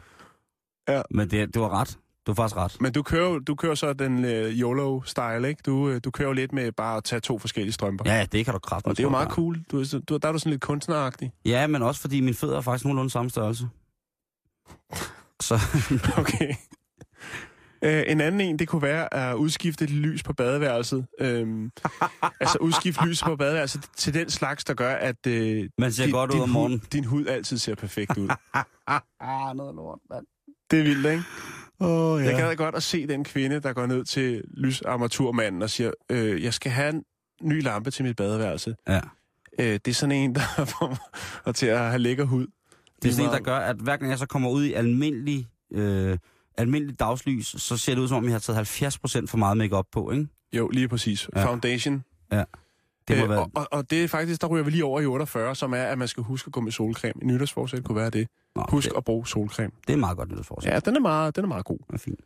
Speaker 5: Men det, det var ret. Du var faktisk ret.
Speaker 4: Men du kører, jo- du kører så den øh, YOLO-style, ikke? Du, øh, du kører jo lidt med bare at tage to forskellige strømper.
Speaker 5: Ja, ja, det kan du kraft.
Speaker 4: og det er jo meget cool. Du, er så- du, der er du sådan lidt kunstneragtig.
Speaker 5: Ja, men også fordi mine fødder er faktisk nogenlunde samme størrelse. Så
Speaker 4: Okay. Øh, en anden en, det kunne være at udskifte et lys på badeværelset. Øhm, altså udskifte lys på badeværelset til den slags, der gør, at øh,
Speaker 5: man ser godt ud om morgenen.
Speaker 4: Hud, din hud altid ser perfekt ud.
Speaker 5: Ah, noget lort, mand.
Speaker 4: det er vildt, ikke?
Speaker 5: Åh,
Speaker 4: Ja. Jeg
Speaker 5: ja.
Speaker 4: gad godt at se den kvinde, der går ned til lysarmaturmanden og siger, øh, jeg skal have en ny lampe til mit badeværelse.
Speaker 5: ja.
Speaker 4: Øh, det er sådan en, der får mig og til at have lækker hud.
Speaker 5: Det er sådan en, der
Speaker 4: meget-
Speaker 5: gør, at hver gang jeg så kommer ud i almindelig, øh, almindelig dagslys, så ser det ud, som om jeg har taget 70% for meget makeup på, ikke?
Speaker 4: Jo, lige præcis. Ja.
Speaker 5: Ja.
Speaker 4: Foundation.
Speaker 5: Det må
Speaker 4: Øh,
Speaker 5: være...
Speaker 4: og, og, og det er faktisk, der ryger vi lige over i 48, som er, at man skal huske at gå med solcreme. En nytårsforsæt kunne være det.
Speaker 5: Nå,
Speaker 4: Husk
Speaker 5: det,
Speaker 4: at bruge solcreme.
Speaker 5: det er meget godt nytårsforsæt.
Speaker 4: Ja, den er meget, den er meget god.
Speaker 5: Det er fint.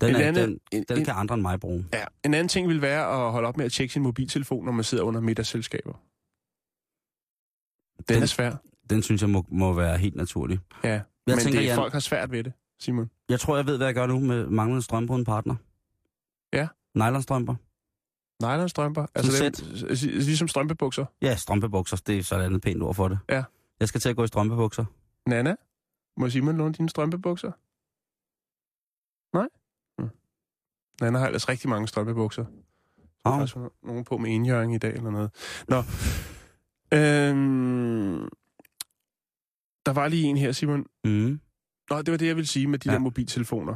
Speaker 5: Den,
Speaker 4: En
Speaker 5: er,
Speaker 4: anden-
Speaker 5: den,
Speaker 4: en-
Speaker 5: den
Speaker 4: en-
Speaker 5: kan andre end mig bruge.
Speaker 4: Ja. En anden ting vil være at holde op med at tjekke sin mobiltelefon, når man sidder under middagsselskaber. Den, den
Speaker 5: Den-
Speaker 4: er svær.
Speaker 5: Den synes jeg må, må være helt naturlig.
Speaker 4: Ja.
Speaker 5: Jeg
Speaker 4: men
Speaker 5: tænker,
Speaker 4: det,
Speaker 5: Jan-
Speaker 4: folk har svært ved det, Simon.
Speaker 5: Jeg tror, jeg ved, hvad jeg gør nu med manglende strømper uden partner.
Speaker 4: Ja.
Speaker 5: Nylonstrømper.
Speaker 4: Nylonstrømper.
Speaker 5: Sådan
Speaker 4: Altså, dem, s- s- ligesom strømpebukser.
Speaker 5: Ja, strømpebukser. Det er sådan et andet pænt ord for det.
Speaker 4: Ja.
Speaker 5: Jeg skal til at gå i strømpebukser.
Speaker 4: Nana, må Simon låne dine strømpebukser? Nej? Mm. Nana har ellers rigtig mange strømpebukser. Der er
Speaker 5: Åh.
Speaker 4: faktisk hun har nogen på med enhjørning i dag eller noget. Nå. Øhm, der var lige en her, Simon.
Speaker 5: Mm.
Speaker 4: Nå, det var det, jeg ville sige med de ja.
Speaker 5: Ja.
Speaker 4: der mobiltelefoner.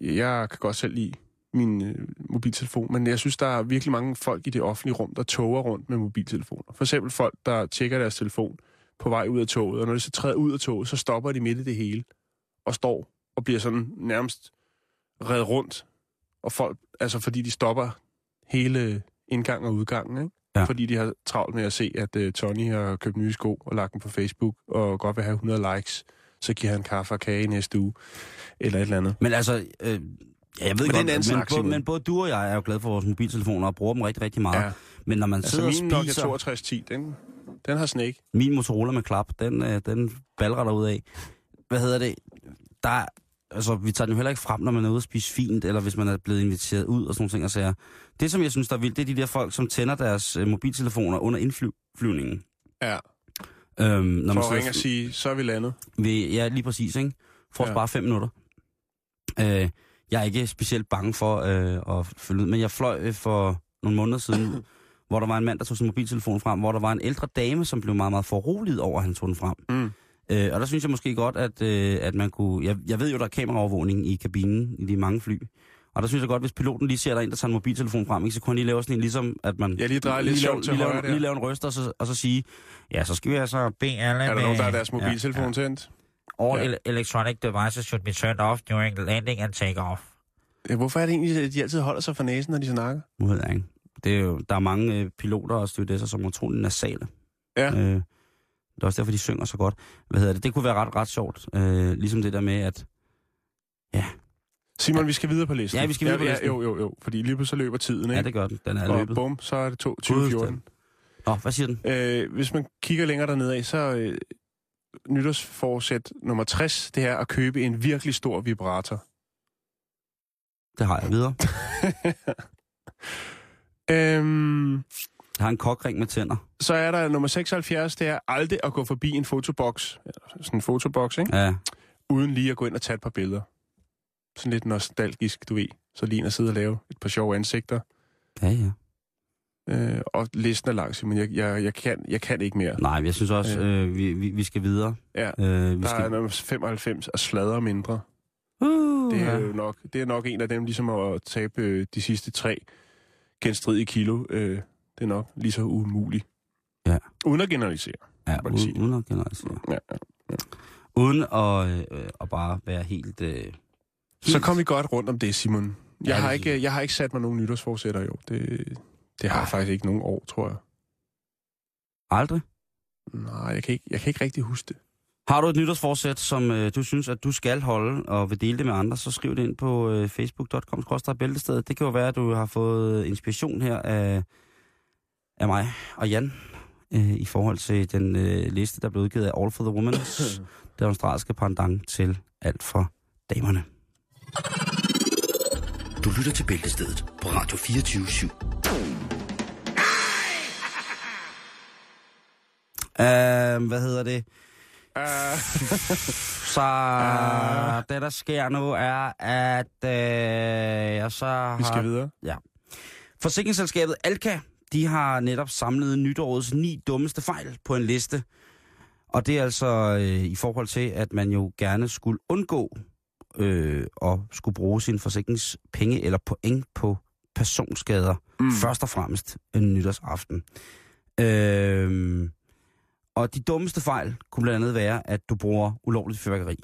Speaker 4: Jeg kan godt selv lide min øh, mobiltelefon, men jeg synes, der er virkelig mange folk i det offentlige rum, der toger rundt med mobiltelefoner. For eksempel folk, der tjekker deres telefon på vej ud af toget, og når de så træder ud af toget, så stopper de midt i det hele og står og bliver sådan nærmest reddet rundt. Og folk, altså fordi de stopper hele indgang og udgangen, ikke?
Speaker 5: Ja.
Speaker 4: fordi de har travlt med at se, at uh, Tony har købt nye sko og lagt dem på Facebook og godt vil have 100 likes, så giver han kaffe og kage i næste uge, eller et eller andet.
Speaker 5: Men altså, øh, ja, jeg ved
Speaker 4: Men det er en anden
Speaker 5: godt, men,
Speaker 4: snak,
Speaker 5: både,
Speaker 4: Simon.
Speaker 5: men både du og jeg er jo glade for vores mobiltelefoner og bruger dem rigtig, rigtig meget.
Speaker 4: Ja.
Speaker 5: Ja. Men når man
Speaker 4: Altså
Speaker 5: sidder
Speaker 4: min
Speaker 5: og
Speaker 4: Nokia
Speaker 5: spiser...
Speaker 4: 6210, den, den har snake.
Speaker 5: min Motorola med klap, den, øh, den balrer der ud af. Hvad hedder det? Der, er- altså, vi tager den jo heller ikke frem, når man er ude og spise fint, eller hvis man er blevet inviteret ud og sådan nogle ting. Altså, det, som jeg synes, der er vildt, det er de der folk, som tænder deres øh, mobiltelefoner under indflyvningen.
Speaker 4: Ja,
Speaker 5: Øhm,
Speaker 4: for
Speaker 5: når man
Speaker 4: at
Speaker 5: sidder-
Speaker 4: ringe og sige, så er vi landet.
Speaker 5: ved, ja, lige præcis, ikke? For at
Speaker 4: Ja.
Speaker 5: spare fem minutter. Øh, jeg er ikke specielt bange for øh, at følge ud, men jeg fløj øh, for nogle måneder siden, hvor der var en mand, der tog sin mobiltelefon frem, hvor der var en ældre dame, som blev meget, meget foruroliget over, at han tog den frem.
Speaker 4: Mm.
Speaker 5: Øh, og der synes jeg måske godt, at, øh, at man kunne... Jeg, jeg ved jo, der er kameraovervågning i kabinen i de mange fly. Og der synes jeg godt, hvis piloten lige ser der en, der tager en mobiltelefon frem, ikke, så kunne han lige lave sådan en, ligesom at man...
Speaker 4: Jeg lige drejer lidt
Speaker 5: lige, lave,
Speaker 4: sjovt til
Speaker 5: lige, lave,
Speaker 4: højre der.
Speaker 5: lige lave en ryst, og så, og så sige, ja, så skal vi altså bede alle...
Speaker 4: Er der
Speaker 5: med-
Speaker 4: nogen, der har deres
Speaker 5: Ja,
Speaker 4: mobiltelefon ja, ja. tændt?
Speaker 6: All
Speaker 4: Yeah.
Speaker 6: ele- electronic devices should be turned off during landing and takeoff.
Speaker 4: Ja, hvorfor er det egentlig, at de altid holder sig for næsen, når de snakker?
Speaker 5: Nu ved jeg ikke. Det er jo, der er mange øh, piloter og stewardesser, som er utrolig nasale.
Speaker 4: Ja.
Speaker 5: Øh, det er også derfor, de synger så godt. Hvad hedder det? Det kunne være ret, ret sjovt. Øh, ligesom det der med, at... Ja,
Speaker 4: Simon, vi skal videre på listen.
Speaker 5: Ja, vi skal videre på listen.
Speaker 4: Ja, jo, jo, jo, fordi lige pludselig så løber tiden, ikke?
Speaker 5: ja det gør den. Den er
Speaker 4: og
Speaker 5: løbet.
Speaker 4: bum, så er det to- 2014.
Speaker 5: Nå, hvad siger den?
Speaker 4: Øh, hvis man kigger længere dernede af, så øh, nytårsforsæt nummer 60, det er at købe en virkelig stor vibrator.
Speaker 5: Det har jeg videre.
Speaker 4: øhm,
Speaker 5: Jeg har en kokring med tænder.
Speaker 4: så er der nummer 76, det er aldrig at gå forbi en fotoboks. Ja, Sådan en fotoboks, ikke?
Speaker 5: Ja,
Speaker 4: Uden lige at gå ind og tage et par billeder. Sådan lidt nostalgisk, du ved. Så lige ind og sidde og lave et par sjove ansigter.
Speaker 5: ja, ja.
Speaker 4: Øh, og listen er lang, men jeg, jeg, jeg, kan, jeg kan ikke mere.
Speaker 5: Nej, men jeg synes også,
Speaker 4: Ja.
Speaker 5: øh, vi, vi, vi skal videre.
Speaker 4: Ja,
Speaker 5: Øh, vi
Speaker 4: der er
Speaker 5: skal...
Speaker 4: nummer 95 og sladder mindre.
Speaker 5: Uh,
Speaker 4: Det er
Speaker 5: ja.
Speaker 4: jo nok, det er nok en af dem, ligesom at tabe øh, de sidste tre genstridige kilo. Øh, det er nok lige så umuligt.
Speaker 5: Ja.
Speaker 4: Uden at generalisere.
Speaker 5: Ja,
Speaker 4: må man sige.
Speaker 5: uden, uden at generalisere.
Speaker 4: Ja.
Speaker 5: Uden at, øh, at bare være helt... Øh,
Speaker 4: Så kom vi godt rundt om det, Simon. Jeg,
Speaker 5: Ja,
Speaker 4: har
Speaker 5: det synes
Speaker 4: ikke, jeg har ikke sat mig nogen nytårsforsætter i år. Det, det har jeg faktisk ikke nogen år, tror jeg.
Speaker 5: Aldrig.
Speaker 4: Nej, jeg kan ikke, jeg kan ikke rigtig huske det.
Speaker 5: Har du et nytårsforsæt, som øh, du synes, at du skal holde og vil dele det med andre, så skriv det ind på øh, facebook.com bæltestedet. Det kan jo være, at du har fået inspiration her af, af mig og Jan øh, i forhold til den øh, liste, der blev udgivet af All for the Women's, det australske pendant til alt for damerne.
Speaker 2: Du lytter til Bæltestedet på Radio 24 /7.
Speaker 5: Uh, hvad hedder det? Ah,
Speaker 4: Uh,
Speaker 5: Så
Speaker 4: Ah.
Speaker 5: det, der sker nu, er, at øh, jeg så har...
Speaker 4: vi skal videre.
Speaker 5: Forsikringsselskabet Alka, de har netop samlet nytårets ni dummeste fejl på en liste. Og det er altså øh, i forhold til, at man jo gerne skulle undgå øh, at skulle bruge sin forsikringspenge eller point på personskader. Mm. Først og fremmest en nytårsaften. Øh, og de dummeste fejl kunne blandt andet være, at du bruger ulovligt fyrværkeri.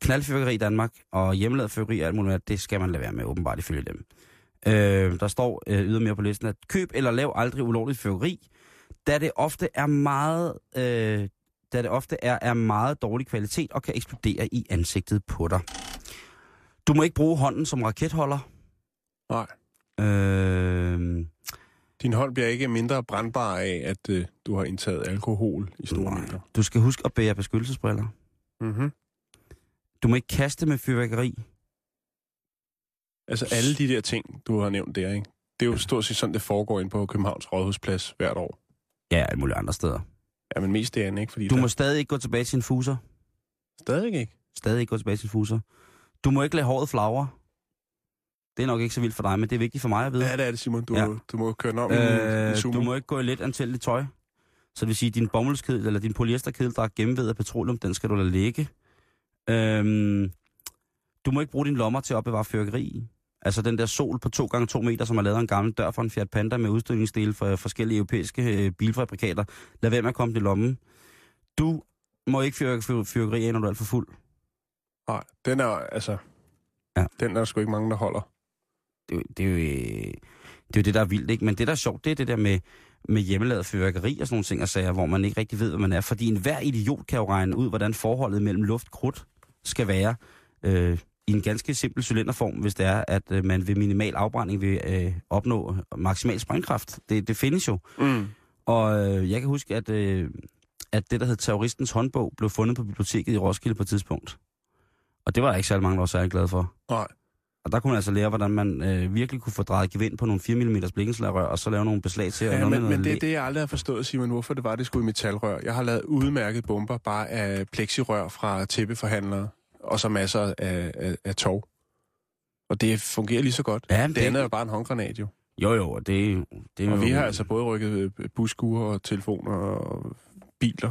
Speaker 5: Knaldfyrværkeri i Danmark og hjemmelavet fyrværkeri og alt muligt, andet, det skal man lade være med, åbenbart ifølge dem. Øh, der står øh, ydermere på listen, at køb eller lav aldrig ulovligt fyrværkeri, da det ofte er meget, øh, da det ofte er, er meget dårlig kvalitet og kan eksplodere i ansigtet på dig. Du må ikke bruge hånden som raketholder.
Speaker 4: Nej.
Speaker 5: Øh,
Speaker 4: Din hånd bliver ikke mindre brandbar af, at øh, du har indtaget alkohol i store
Speaker 5: Nej. Mhm.
Speaker 4: mængder.
Speaker 5: du skal huske at bære beskyttelsesbriller.
Speaker 4: Mm-hmm.
Speaker 5: Du må ikke kaste med fyrværkeri.
Speaker 4: Altså alle de der ting, du har nævnt der, ikke? det er jo stort set sådan, det foregår ind på Københavns Rådhusplads hvert år.
Speaker 5: Ja, alle mulige andre steder.
Speaker 4: Ja, men mest det andet, ikke? Fordi
Speaker 5: Du
Speaker 4: der
Speaker 5: må stadig ikke gå tilbage til en fuser.
Speaker 4: stadig ikke.
Speaker 5: Stadig ikke gå tilbage til en fuser. Du må ikke lade håret flagre. Det er nok ikke så vildt for dig, men det er vigtigt for mig at vide.
Speaker 4: Ja, det er det, Simon. Du,
Speaker 5: Ja.
Speaker 4: ja. du må køre den om øh, i
Speaker 5: Øh,
Speaker 4: Zoom.
Speaker 5: du må ikke gå i let antændeligt tøj. Så det vil sige, at din bomuldskedel eller din polyesterkedel, der er gennemvedet af petroleum, den skal du lade ligge. Øhm, du må ikke bruge dine lommer til at opbevare fyrkeri i. Altså den der sol på 2 gange 2 meter, som har lavet af en gammel dør for en Fiat Panda med udstødningsdele fra forskellige europæiske øh, bilfabrikater. Lad være med at komme den i lommen. Du må ikke fyre fyr, fyrkeri af, når du er alt for fuld.
Speaker 4: Nej, den er altså...
Speaker 5: Ja.
Speaker 4: Ja. Den er der sgu ikke mange, der holder.
Speaker 5: det, er jo- det, er jo, øh, det er jo det, der er vildt, ikke? Men det, der er sjovt, det er det der med, med hjemmelavet fyrværkeri og sådan nogle ting og sager, hvor man ikke rigtig ved, hvad man er. Fordi enhver idiot kan jo regne ud, hvordan forholdet mellem luft og krudt skal være øh, i en ganske simpel cylinderform, hvis det er, at øh, man ved minimal afbrænding vil øh, opnå maksimal sprængkraft. Det, det findes jo.
Speaker 4: Mm.
Speaker 5: Og øh, jeg kan huske, at, øh, at det, der hed Terroristens håndbog, blev fundet på biblioteket i Roskilde på et tidspunkt. Og det var der ikke særlig mange, der var særlig glade for.
Speaker 4: Nej.
Speaker 5: Og der kunne man altså lære, hvordan man øh, virkelig kunne få drejet gevind på nogle 4 mm blikkenslagrør, og så lave nogle beslag til. og
Speaker 4: Ja,
Speaker 5: noget
Speaker 4: men,
Speaker 5: med
Speaker 4: men
Speaker 5: noget
Speaker 4: det er
Speaker 5: læ-
Speaker 4: det, jeg aldrig har forstået, Simon, hvorfor det var, det skulle i metalrør. Jeg har lavet udmærket bomber bare af plexirør fra tæppeforhandlere, og så masser af, af, af tov. Og det fungerer lige så godt.
Speaker 5: Ja, men
Speaker 4: det,
Speaker 5: det-
Speaker 4: andet er jo bare en håndgranat, jo.
Speaker 5: Jo, jo, og det, det er
Speaker 4: Og
Speaker 5: jo...
Speaker 4: vi har altså både rykket øh, busskuer og telefoner og biler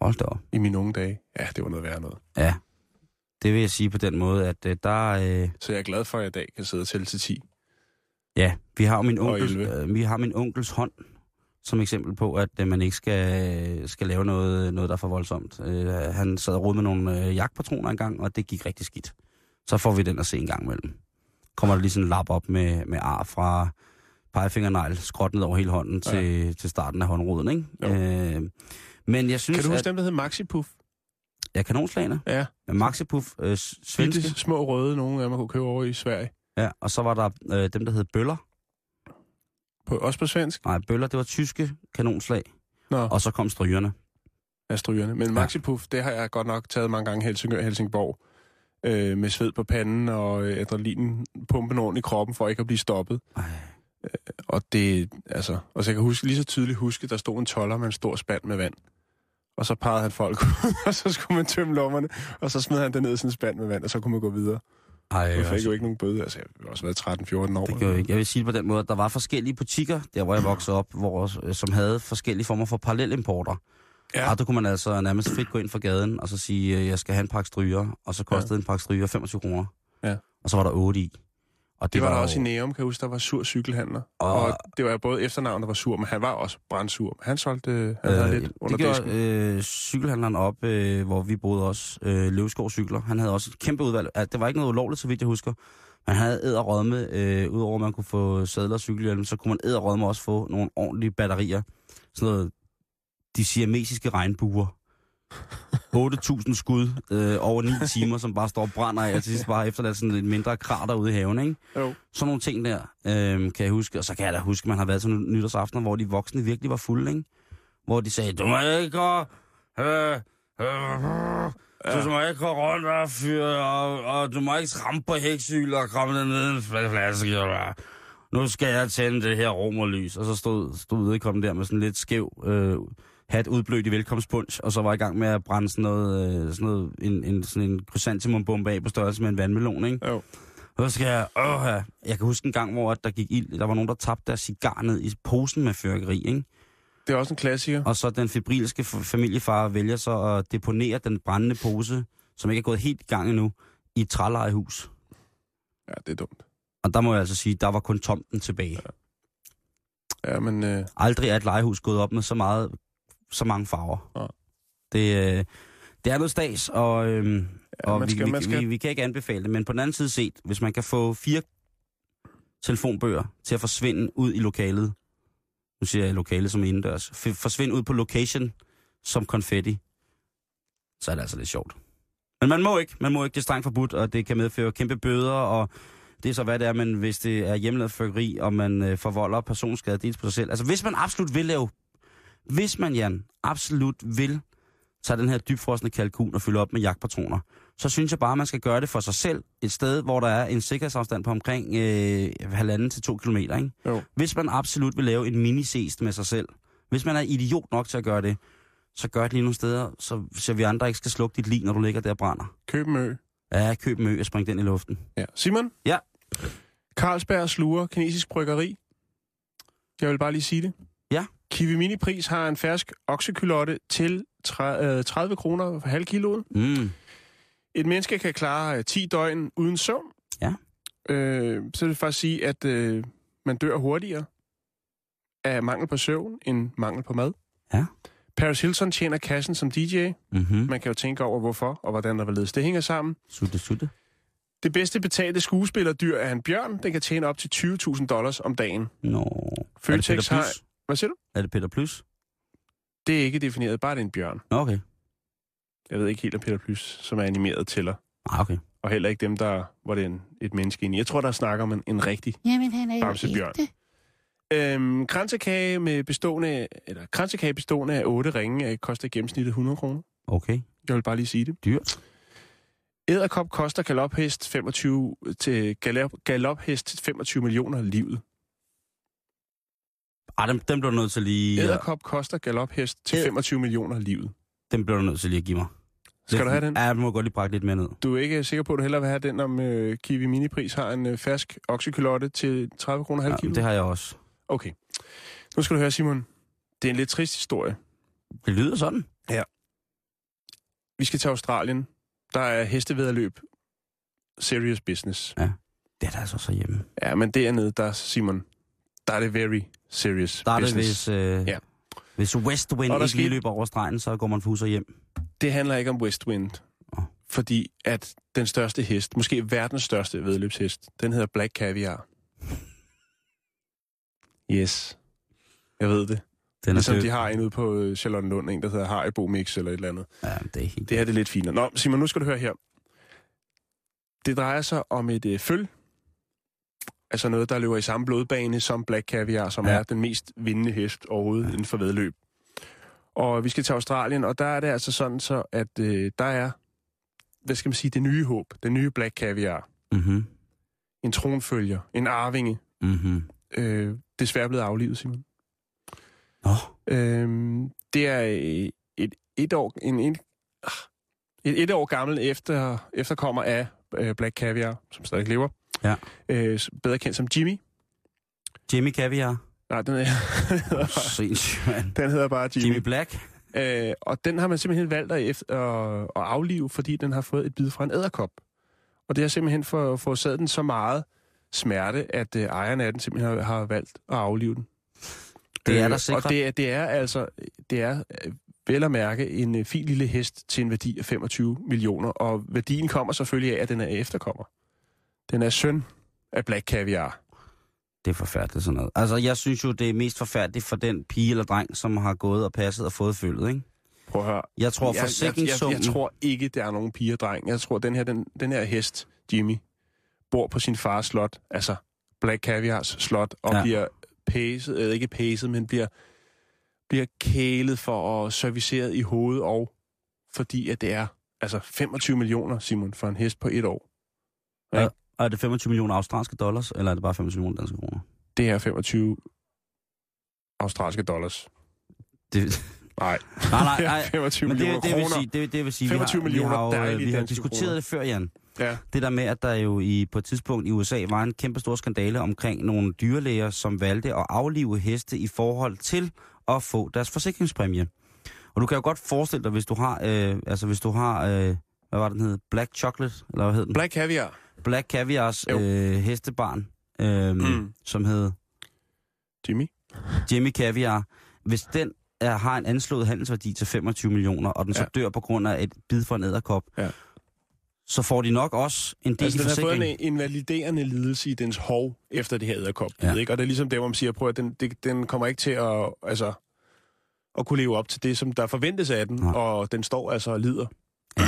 Speaker 5: Hold da op.
Speaker 4: i mine unge dage. Ja, det var noget værre noget.
Speaker 5: Ja. Det vil jeg sige på den måde, at øh, der... Øh,
Speaker 4: Så jeg er glad for, at jeg i dag kan sidde og tælle til 10.
Speaker 5: Mm. ja, vi har, jo min
Speaker 4: Og
Speaker 5: onkels,
Speaker 4: 11.
Speaker 5: øh, vi har min onkels hånd som eksempel på, at øh, man ikke skal, skal lave noget, noget, der er for voldsomt. Øh, han sad og rodede med nogle øh, jagtpatroner engang, og det gik rigtig skidt. Så får vi den at se en gang imellem. Kommer der lige sådan en lap op med, med ar fra pegefingernegl, skråt ned over hele hånden til, til starten af håndroden,
Speaker 4: Jo.
Speaker 5: ikke? Øh, men jeg synes,
Speaker 4: Kan du huske
Speaker 5: at...
Speaker 4: dem, der hed Maxipuff?
Speaker 5: Ja, kanonslagene.
Speaker 4: Ja,
Speaker 5: Maxipuff, øh, s- svenske.
Speaker 4: bitte små røde, nogle af man kunne købe over i Sverige.
Speaker 5: Ja, og så var der øh, dem, der hed bøller.
Speaker 4: På, også på svensk.
Speaker 5: Nej, bøller, det var tyske kanonslag.
Speaker 4: Nå.
Speaker 5: Og så kom strygerne.
Speaker 4: af strygerne. Men Maxipuff, det har jeg godt nok taget mange gange i Helsingør og Helsingborg. Øh, med sved på panden og øh, adrenalin pumpen rundt i kroppen for ikke at blive stoppet. Øh,
Speaker 5: Ej.
Speaker 4: Og det, altså, og så jeg kan huske, lige så tydeligt huske, der stod en toller med en stor spand med vand. Og så pegede han folk ud, og så skulle man tømme lommerne, og så smed han det ned i sådan en spand med vand, og så kunne man gå videre.
Speaker 5: Ej,
Speaker 4: Jeg fik
Speaker 5: altså,
Speaker 4: jo ikke nogen bøde, altså jeg har også været 13-14 år.
Speaker 5: det gjorde jeg ikke. Jeg vil sige det på den måde, at der var forskellige butikker, der hvor jeg voksede op, hvor, øh, som havde forskellige former for parallelimporter. Ja.
Speaker 4: Ja.
Speaker 5: Og der kunne man altså nærmest frit gå ind fra gaden, og så sige, øh, jeg skal have en pakke stryger, og så kostede ja. en pakke stryger 25 kroner.
Speaker 4: Ja.
Speaker 5: Og så var der 8 i. Og det,
Speaker 4: Det var der
Speaker 5: jo- Ah.
Speaker 4: også i Nærum, kan jeg huske, der var sur cykelhandler.
Speaker 5: Og-
Speaker 4: Og, og det var både efternavnet, der var sur, men han var også brandsur. Han solgte, øh, han øh,
Speaker 5: Øh,
Speaker 4: havde lidt under
Speaker 5: det
Speaker 4: disken.
Speaker 5: gjorde øh, cykelhandleren op, øh, hvor vi boede også, øh, Løvskov Cykler. Han havde også et kæmpe udvalg. Ja, det var ikke noget ulovligt, så vidt jeg husker. Men han havde æderrødme, øh, udover at man kunne få sadler og cykelhjelm, så kunne man æderrødme også få nogle ordentlige batterier. Sådan noget, de siamesiske regnbuer. 8.000 skud øh, over 9 timer, som bare står og brænder af, og til sidst bare har efterladt sådan lidt mindre krater ude i haven, ikke?
Speaker 4: Jo.
Speaker 5: Sådan nogle ting der, øh, kan jeg huske. Og så kan jeg da huske, at man har været til nogle nytårsaftener, hvor de voksne virkelig var fulde, ikke? Hvor de sagde, du må ikke gå... Øh, øh, du må ikke gå rundt og fyre, og, og, du må ikke rampe på hæksyler og komme dernede i en fla- flaske. Og, hvad. nu skal jeg tænde det her romerlys. Og så stod, stod vedkommende der med sådan lidt skæv øh, hat udblødt i velkomstpunch, og så var jeg i gang med at brænde sådan noget, øh, sådan noget en, en, sådan en chrysanthemum-bombe af på størrelse med en vandmelon, ikke?
Speaker 4: Jo.
Speaker 5: Så skal jeg, åh, ja. jeg kan huske en gang, hvor at der gik ild, der var nogen, der tabte deres cigar ned i posen med fyrkeri, ikke?
Speaker 4: Det er også en klassiker.
Speaker 5: Og så den febrilske f- familiefar vælger så at deponere den brændende pose, som ikke er gået helt i gang endnu, i et trælejehus.
Speaker 4: Ja, det er dumt.
Speaker 5: Og der må jeg altså sige, der var kun tomten tilbage.
Speaker 4: Ja, men øh,
Speaker 5: Aldrig er et lejehus gået op med så, meget, så mange farver.
Speaker 4: Ja.
Speaker 5: Det, øh, det er noget stads, og, øhm,
Speaker 4: Ja,
Speaker 5: og
Speaker 4: man
Speaker 5: vi,
Speaker 4: skal-
Speaker 5: vi,
Speaker 4: man skal-
Speaker 5: Vi, vi kan ikke anbefale det. Men på den anden side set, hvis man kan få fire telefonbøger til at forsvinde ud i lokalet, nu siger jeg lokalet som indendørs, f- forsvinde ud på location som konfetti, så er det altså lidt sjovt. Men man må ikke, man må ikke, det er strengt forbudt, og det kan medføre kæmpe bøder, og det er så hvad det er, men hvis det er hjemmelavet fyrkeri, og man øh, forvolder personskade dels på sig selv. Altså hvis man absolut vil lave, hvis man, Jan, absolut vil tage den her dybfrosne kalkun og fylde op med jagtpatroner, så synes jeg bare, man skal gøre det for sig selv. Et sted, hvor der er en sikkerhedsafstand på omkring øh, halvanden til to kilometer. Ikke?
Speaker 4: Jo.
Speaker 5: Hvis man absolut vil lave en minisest med sig selv, hvis man er idiot nok til at gøre det, så gør det lige nogle steder, så, så vi andre ikke skal slukke dit lig, når du ligger der og brænder.
Speaker 4: Køb en ø.
Speaker 5: Ja, køb en ø og spring den i luften.
Speaker 4: Ja. Simon?
Speaker 5: Ja.
Speaker 4: Carlsberg sluger kinesisk bryggeri. Jeg vil bare lige sige det.
Speaker 5: Ja.
Speaker 4: Kiwi Mini Pris har en fersk oksekylotte til tre- øh, 30 kroner for halv kiloen.
Speaker 5: Mm.
Speaker 4: Et menneske kan klare øh, 10 døgn uden søvn.
Speaker 5: Ja.
Speaker 4: Øh, så vil jeg faktisk sige, at øh, man dør hurtigere af mangel på søvn end mangel på mad.
Speaker 5: Ja.
Speaker 4: Paris Hilton tjener kassen som DJ.
Speaker 5: Mm-hmm.
Speaker 4: Man kan jo tænke over, hvorfor og hvordan der hvorledes det hænger sammen.
Speaker 5: Sutte, sutte.
Speaker 4: Det bedste betalte skuespillerdyr er en bjørn. Den kan tjene op til 20.000 dollars om dagen.
Speaker 5: Nå.
Speaker 4: Føtex
Speaker 5: er det Peter
Speaker 4: har-
Speaker 5: Plys?
Speaker 4: Hvad siger du?
Speaker 5: Er det Peter Plys?
Speaker 4: Det er ikke defineret, bare det er en bjørn.
Speaker 5: Nå, okay.
Speaker 4: Jeg ved ikke helt, om Peter Plys, som er animeret, tæller.
Speaker 5: Ah, okay.
Speaker 4: Og heller ikke dem, der hvor det er en, et menneske inde i. Jeg tror, der snakker om en, en rigtig
Speaker 7: Jamen, han er jo
Speaker 4: bamsebjørn.
Speaker 7: ægte.
Speaker 4: Øhm, kransekage, med bestående, eller kransekage bestående af otte ringe øh, koster i gennemsnittet 100 kroner.
Speaker 5: Okay.
Speaker 4: Jeg vil bare lige sige det.
Speaker 5: Dyrt.
Speaker 4: Æderkop koster galophest 25, til galop, galophest 25 millioner livet.
Speaker 5: Ah, dem, dem bliver du nødt til lige... Ja,
Speaker 4: Æderkop koster galophest til
Speaker 5: Æd-
Speaker 4: 25 millioner livet.
Speaker 5: dem bliver du nødt til lige at give mig.
Speaker 4: Skal
Speaker 5: Lidt-
Speaker 4: du have den?
Speaker 5: Ja, jeg må godt lige brække lidt mere ned.
Speaker 4: Du er ikke sikker på, at du hellere vil have den, om øh, Kiwi Minipris har en øh, fersk oksekylotte til 30 kroner halv
Speaker 5: Ja,
Speaker 4: kilo?
Speaker 5: det har jeg også.
Speaker 4: Okay. Nu skal du høre, Simon. Det er en lidt trist historie.
Speaker 5: Det lyder sådan.
Speaker 4: Vi skal til Australien. Der er hestevedderløb. Serious business.
Speaker 5: Det er der altså så hjemme.
Speaker 4: Ja, men dernede, der, Simon, der er det very serious
Speaker 5: Der er det,
Speaker 4: business.
Speaker 5: hvis, øh,
Speaker 4: Ja.
Speaker 5: ja. hvis Westwind
Speaker 4: Og der
Speaker 5: ikke lige
Speaker 4: skete-
Speaker 5: løber over stregen, så går man fuser hjem.
Speaker 4: Det handler ikke om Westwind.
Speaker 5: Åh.
Speaker 4: Fordi at den største hest, måske verdens største vedløbshest, den hedder Black Caviar. Yes. Jeg ved det.
Speaker 5: Den er
Speaker 4: Ligesom
Speaker 5: død.
Speaker 4: de har en ude på øh, Charlottenlund, en der hedder Haribo Mix eller et eller andet.
Speaker 5: Ja, det er helt...
Speaker 4: Det her det er lidt finere. Nå, Simon, nu skal du høre her. Det drejer sig om et øh, føl. Altså noget, der løber i samme blodbane som Black Caviar, som ja.
Speaker 5: Ja.
Speaker 4: er den mest vindende hest overhovedet ja. inden for vedløb. Og vi skal til Australien, og der er det altså sådan så, at øh, der er, hvad skal man sige, det nye håb, den nye Black Caviar.
Speaker 5: Mm-hmm.
Speaker 4: En tronfølger, en arvinge.
Speaker 5: Mm-hmm.
Speaker 4: Øh, desværre blevet aflivet, Simon.
Speaker 5: Nå,
Speaker 4: Øhm, det er øh, et et år, en, en, ah, et, et år gammel efter, efterkommer af øh, Black Caviar, som stadig lever.
Speaker 5: Ja.
Speaker 4: Øh, s- bedre kendt som Jimmy.
Speaker 5: Jimmy Caviar.
Speaker 4: Nej, den, er,
Speaker 5: Sindssygt, mand.
Speaker 4: den hedder bare Jimmy.
Speaker 5: Jimmy Black.
Speaker 4: Jimmy. Øh, og den har man simpelthen valgt at, efter, at, at aflive, fordi den har fået et bid fra en æderkop. Og det har simpelthen for, forårsaget den så meget smerte, at øh, ejeren af den simpelthen har, har valgt at aflive den.
Speaker 5: Det er
Speaker 4: Øh,
Speaker 5: der sikkert.
Speaker 4: Og det, er- det er altså, det er øh, vel at mærke en øh, fin lille hest til en værdi af 25 millioner, og værdien kommer selvfølgelig af, at den er efterkommer. Den er søn af Black Caviar.
Speaker 5: Det er forfærdeligt sådan noget. Altså, jeg synes jo, det er mest forfærdeligt for den pige eller dreng, som har gået og passet og fået følget, ikke?
Speaker 4: Prøv at høre.
Speaker 5: Jeg tror,
Speaker 4: jeg, jeg, jeg,
Speaker 5: forsikringssummen...
Speaker 4: jeg tror ikke, der er nogen piger dreng. Jeg tror, den her, den, den her hest, Jimmy, bor på sin fars slot, altså Black Caviars slot, og ja.
Speaker 5: Ja.
Speaker 4: bliver pæset, øh, ikke pæset, men bliver, bliver kælet for at serviceret i hovedet og fordi at det er altså 25 millioner, Simon, for en hest på et år.
Speaker 5: Og er det 25 millioner australske dollars, eller er det bare 25 millioner danske kroner?
Speaker 4: Det er 25 australske dollars.
Speaker 5: Det,
Speaker 4: Nej,
Speaker 5: nej, Ah, nej,
Speaker 4: det er
Speaker 5: nej.
Speaker 4: 25
Speaker 5: Men
Speaker 4: millioner
Speaker 5: det, det, vil
Speaker 4: kroner.
Speaker 5: sige, det, det vil sige,
Speaker 4: 25
Speaker 5: vi har,
Speaker 4: millioner
Speaker 5: vi har, jo, øh,
Speaker 4: dejlige
Speaker 5: vi har
Speaker 4: danske
Speaker 5: diskuteret
Speaker 4: kroner.
Speaker 5: det før, Jan.
Speaker 4: Ja.
Speaker 5: Det der med, at der jo i, på et tidspunkt i USA var en kæmpe stor skandale omkring nogle dyrlæger, som valgte at aflive heste i forhold til at få deres forsikringspræmie. Og du kan jo godt forestille dig, hvis du har, øh, altså hvis du har, øh, hvad var den hed? Black Chocolate, eller hvad hed den?
Speaker 4: Black
Speaker 5: Black,
Speaker 4: Caviar.
Speaker 5: Black Caviars
Speaker 4: Jo.
Speaker 5: øh, hestebarn, øh,
Speaker 4: Mm.
Speaker 5: mm. som hed
Speaker 4: Jimmy?
Speaker 5: Jimmy Caviar, hvis den er, har en anslået handelsværdi til 25 millioner, og den så
Speaker 4: Ja.
Speaker 5: dør på grund af et bid fra en æderkop,
Speaker 4: Ja.
Speaker 5: så får de nok også en
Speaker 4: Altså,
Speaker 5: del altså,
Speaker 4: den har fået
Speaker 5: forsikring.
Speaker 4: en invaliderende lidelse i dens hov efter det her æderkop. Ja.
Speaker 5: Ja.
Speaker 4: Ikke? Og det er ligesom det, hvor man siger, prøv at den, det, den kommer ikke til at, altså, at kunne leve op til det, som der forventes af den,
Speaker 5: Nej.
Speaker 4: og den står altså og lider.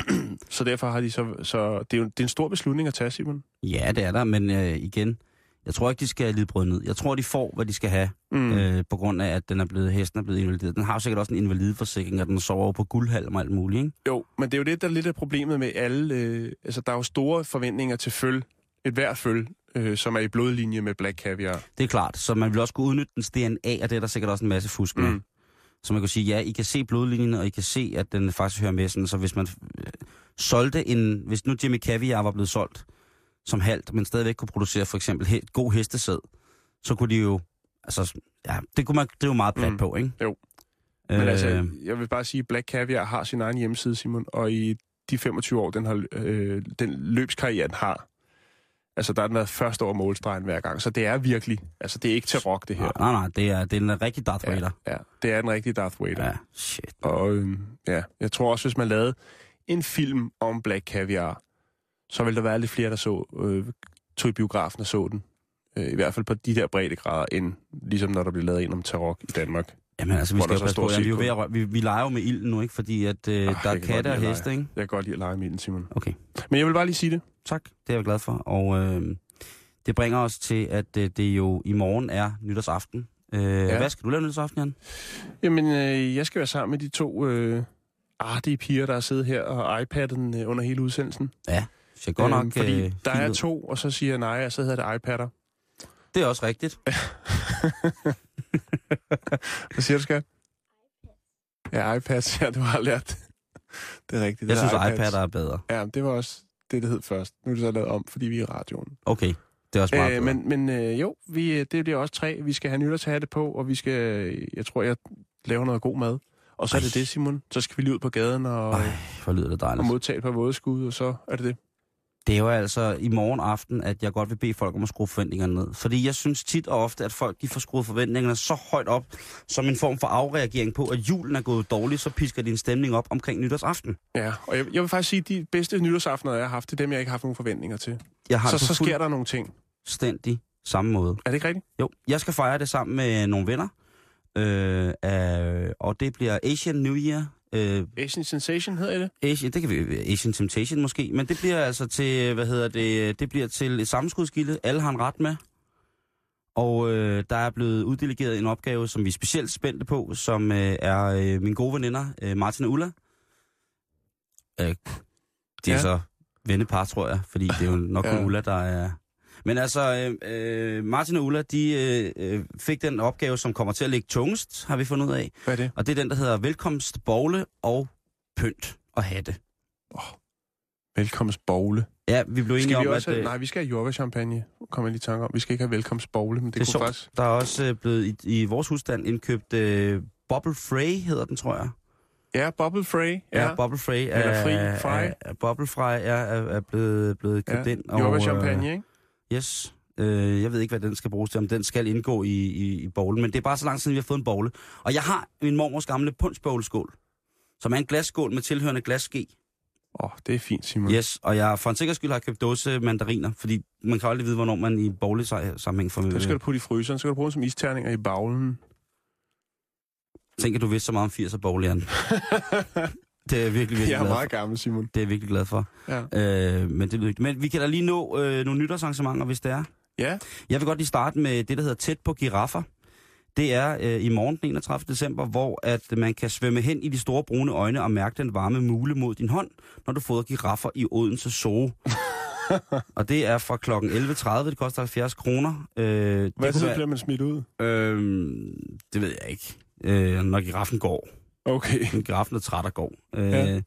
Speaker 4: Så derfor har de så... så det, er jo, det er en stor beslutning at tage, Simon.
Speaker 5: Ja, det er der, men øh, igen, jeg tror ikke, de skal lide brød ned. Jeg tror, de får, hvad de skal have,
Speaker 4: Mm.
Speaker 5: mm.
Speaker 4: Øh.
Speaker 5: øh, på grund af, at den er blevet, hesten er blevet invalideret. Den har jo sikkert også en invalideforsikring, og den sover jo på guldhalm og alt muligt, ikke?
Speaker 4: Jo, men det er jo det, der lidt er problemet med alle... Øh, altså, der er jo store forventninger til føl. Et hvert føl, øh, som er i blodlinje med black caviar.
Speaker 5: Det er klart, så man vil også kunne udnytte dens DNA, og det er der sikkert også en masse fusk med.
Speaker 4: Mm.
Speaker 5: Mm. Så man kan sige, ja, I kan se blodlinjen, og I kan se, at den faktisk hører med sådan, så hvis man øh, solgte en, hvis nu Jimmy Caviar var blevet solgt som halvt, men stadigvæk kunne producere for eksempel he, god hestesæd, så kunne de jo, altså, ja, det kunne man drive meget plat
Speaker 4: Mm.
Speaker 5: mm. på, ikke?
Speaker 4: Jo.
Speaker 5: Øh,
Speaker 4: Men altså, jeg vil bare sige, at Black Caviar har sin egen hjemmeside, Simon, og i de 25 år, den, har, øh, den løbskarriere, den har, altså der har den været først over målstregen hver gang, så det er virkelig, altså det er ikke til rock, det her.
Speaker 5: nej, nej, nej, det er, det er en rigtig Darth Vader.
Speaker 4: Ja, ja, det er den rigtige Darth Vader.
Speaker 5: Ja,
Speaker 4: Ja.
Speaker 5: ja shit.
Speaker 4: Og øh, ja, jeg tror også, hvis man lavede en film om Black Caviar, så ville der være lidt flere, der så, øh, tog i biografen og så den. Øh, I hvert fald på de der breddegrader, end ligesom når der bliver lavet en om Tarok i Danmark.
Speaker 5: Jamen altså, vi
Speaker 4: Hvor der
Speaker 5: skal jo
Speaker 4: så
Speaker 5: passe
Speaker 4: står
Speaker 5: på, ja, vi, er jo
Speaker 4: Silko.
Speaker 5: ved at, rø- vi, vi leger jo med ilden nu, ikke? Fordi at øh,
Speaker 4: jeg
Speaker 5: der er
Speaker 4: kan godt
Speaker 5: katte og
Speaker 4: lide at
Speaker 5: heste, ikke?
Speaker 4: Jeg kan godt lide at lege med den, Simon.
Speaker 5: Okay.
Speaker 4: Men jeg vil bare lige sige det.
Speaker 5: Tak, det er jeg glad for. Og øh, det bringer os til, at øh, det jo i morgen er nytårsaften. Øh, ja. Hvad skal du lave nytårsaften, Jan?
Speaker 4: Jamen, øh, jeg skal være sammen med de to øh, artige piger, der har siddet her og iPad'en øh, under hele udsendelsen.
Speaker 5: Så godt nok...
Speaker 4: Øhm, fordi
Speaker 5: øh,
Speaker 4: der
Speaker 5: fint
Speaker 4: er
Speaker 5: ud.
Speaker 4: to, og så siger jeg nej, og så hedder det iPad'er.
Speaker 5: Det er også rigtigt.
Speaker 4: Hvad siger du, skat? Ja, iPads, ja, du har lært det. Det er rigtigt. det
Speaker 5: Jeg synes,
Speaker 4: hedder
Speaker 5: iPad er bedre.
Speaker 4: Ja, men det var også det, det hed først. Nu er det så lavet om, fordi vi er i radioen.
Speaker 5: Okay, det er også meget
Speaker 4: Øh,
Speaker 5: bedre.
Speaker 4: men men øh, jo, vi, øh, det bliver også tre. Vi skal have nytårshatte på, og vi skal, øh, jeg tror, jeg laver noget god mad. Og så er
Speaker 5: Ej.
Speaker 4: det det, Simon. Så skal vi lige ud på gaden og,
Speaker 5: Ej, altså. hvor lyder det
Speaker 4: og
Speaker 5: dejligt.
Speaker 4: modtage et par våde skud, og så er det det.
Speaker 5: Det er jo altså i morgen aften, at jeg godt vil bede folk om at skrue forventningerne ned. Fordi jeg synes tit og ofte, at folk de får skruet forventningerne så højt op, som en form for afreagering på, at julen er gået dårligt, så pisker din stemning op omkring nytårsaften.
Speaker 4: Ja, og jeg, jeg vil faktisk sige, at de bedste nytårsaftener, jeg har haft, det er dem, jeg ikke har haft nogen forventninger til.
Speaker 5: Jeg har
Speaker 4: Så,
Speaker 5: det på
Speaker 4: så sker der nogle ting.
Speaker 5: fuldstændig samme måde.
Speaker 4: Er det ikke rigtigt?
Speaker 5: Jo, jeg skal fejre det sammen med nogle venner. Øh, øh, og det bliver Asian New Year. Øh,
Speaker 4: Asian Sensation hedder det.
Speaker 5: Asian, det kan vi, Asian Temptation måske. Men det bliver altså til, hvad hedder det, det bliver til et sammenskudsgilde. Alle har en ret med. Og øh, der er blevet uddelegeret en opgave, som vi er specielt spændte på, som øh, er øh, mine gode veninder, øh, Martin og Ulla. Øh, de er
Speaker 4: Ja.
Speaker 5: ja. så vennepar, tror jeg, fordi det er jo nok
Speaker 4: Ja.
Speaker 5: ja. Ulla, der er... Men altså, øh, øh, Martin og Ulla, de øh, øh, fik den opgave, som kommer til at ligge tungest, har vi fundet ud af.
Speaker 4: Hvad er det?
Speaker 5: Og det er den, der hedder Velkomst, Bogle og Pynt og Hatte.
Speaker 4: Velkomstbogle.
Speaker 5: Ja, vi blev enige
Speaker 4: Skal vi
Speaker 5: om,
Speaker 4: også
Speaker 5: at
Speaker 4: have,
Speaker 5: øh,
Speaker 4: nej, vi skal have jordbærchampagne, kommer jeg lige i tanke om. Vi skal ikke have velkomstbogle, men det,
Speaker 5: det er
Speaker 4: det kunne
Speaker 5: sjovt.
Speaker 4: faktisk...
Speaker 5: Der er også øh, blevet i, i vores husstand indkøbt øh, Bubble Fray, hedder den, tror jeg.
Speaker 4: Ja, Bubble Fray.
Speaker 5: Ja,
Speaker 4: Ja,
Speaker 5: ja Bubble Fray er,
Speaker 4: Eller Fri, Fry.
Speaker 5: er, er, Bubble Fry er, er, er blevet, blevet købt
Speaker 4: ja.
Speaker 5: ind.
Speaker 4: Jordbærchampagne, ikke?
Speaker 5: Øh, yes. Øh, jeg ved ikke, hvad den skal bruges til, om den skal indgå i, i, i bowlen, men det er bare så lang tid, siden, vi har fået en bowl. Og jeg har min mormors gamle punchbowlskål, som er en glasskål med tilhørende glasske.
Speaker 4: Åh, oh, det er fint, Simon.
Speaker 5: Yes, og jeg for en sikker skyld har købt dåse mandariner, fordi man kan aldrig vide, hvornår man i bowling sammenhæng får
Speaker 4: Den
Speaker 5: med.
Speaker 4: skal du putte i fryseren, så kan du bruge den som isterninger i baglen.
Speaker 5: Tænk, at du vidste så meget om 80'er bowling. Jan. Det er jeg virkelig, virkelig
Speaker 4: jeg er
Speaker 5: glad for.
Speaker 4: meget gammel, Simon.
Speaker 5: Det er jeg virkelig glad for.
Speaker 4: Ja.
Speaker 5: Øh, men, det lyder ikke. men vi kan da lige nå øh, nogle nytårsarrangementer, hvis det er.
Speaker 4: Ja,
Speaker 5: Jeg vil godt lige starte med det, der hedder Tæt på giraffer. Det er øh, i morgen den 31. december, hvor at man kan svømme hen i de store brune øjne og mærke den varme mule mod din hånd, når du fodrer giraffer i Odense Zoo. og det er fra kl. 11.30. Det koster 70 kroner. Øh, det,
Speaker 4: hvad
Speaker 5: kunne
Speaker 4: så
Speaker 5: være,
Speaker 4: bliver man smidt ud?
Speaker 5: øh, det ved jeg ikke. Øh, når giraffen går.
Speaker 4: Okay.
Speaker 5: Men giraffen er træt og går. Øh,
Speaker 4: Ja.
Speaker 5: ja.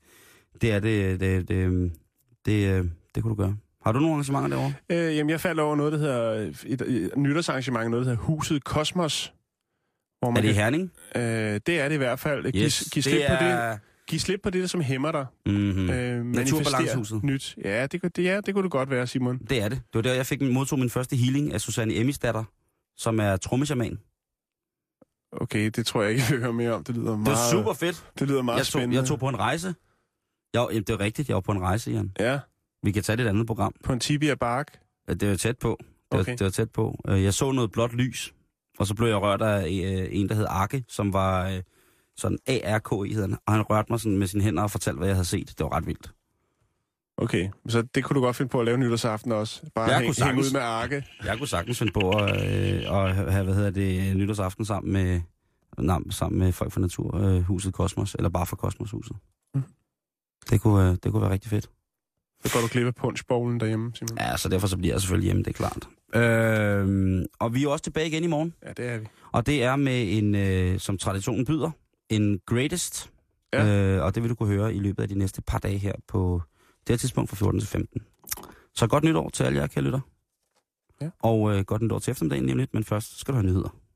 Speaker 5: Det er det, det, det, det, øh, det kunne du gøre. Har du nogle arrangementer derovre?
Speaker 4: Øh, jamen, jeg faldt over noget, der hedder et, et, øh, et nytårsarrangement, noget, der hedder Huset Kosmos. Hvor
Speaker 5: Er det i Herning?
Speaker 4: det Øh, det er det i hvert fald. Giv, giv, slip
Speaker 5: det
Speaker 4: på det,
Speaker 5: er...
Speaker 4: giv slip på det, som hæmmer dig.
Speaker 5: Mm-hmm.
Speaker 4: Øh,
Speaker 5: Naturbalancehuset.
Speaker 4: nyt. Ja, det, kunne- det, ja, det kunne det godt være, Simon.
Speaker 5: Det er det. Det var der, jeg fik min, modtog min første healing af Susanne Emmis datter, som er trommeshaman. Det
Speaker 4: Okay, det tror jeg ikke, jeg vil høre mere om. Det lyder meget,
Speaker 5: var super fedt.
Speaker 4: Det lyder meget
Speaker 5: Jeg tog,
Speaker 4: spændende.
Speaker 5: jeg tog på en rejse. Jeg, var- jamen, det er rigtigt, jeg var på en rejse, Jan.
Speaker 4: Ja,
Speaker 5: Vi kan tage det i et andet program.
Speaker 4: på en tibia bark.
Speaker 5: Ja, Det var tæt på. Det,
Speaker 4: Okay.
Speaker 5: var, det var tæt på. Øh, Jeg så noget blåt lys, og så blev jeg rørt af øh, en, der hed Arke, som var øh, sådan ARK i hedder han. Og han rørte mig sådan med sine hænder og fortalte, hvad jeg havde set. Det var ret vildt.
Speaker 4: Okay, så det kunne du godt finde på at lave nytårsaften også. Bare hæng,
Speaker 5: Jeg kunne
Speaker 4: hænge
Speaker 5: sagtens.
Speaker 4: ud med arke.
Speaker 5: Jeg kunne sagtens finde på at, øh, at have, hvad hedder det, øh, nytårsaften sammen med, nej, sammen med folk fra Naturhuset Kosmos, eller bare fra Kosmoshuset.
Speaker 4: Mm.
Speaker 5: Det kunne, øh, det kunne være rigtig fedt.
Speaker 4: Så går du klippe punchbowlen derhjemme, Simon. Ja.
Speaker 5: Ja, så derfor så bliver jeg selvfølgelig hjemme, det er klart. Øh, og vi er også tilbage igen i morgen,
Speaker 4: ja, det er vi.
Speaker 5: og det er med en, øh, som traditionen byder, en greatest.
Speaker 4: Ja.
Speaker 5: Øh, og det vil du kunne høre i løbet af de næste par dage her på det her tidspunkt fra 14 til 15. Så godt nytår til alle jer, kære lytter.
Speaker 4: Ja.
Speaker 5: Og øh, godt nytår til eftermiddagen lige om lidt, men først skal du have nyheder.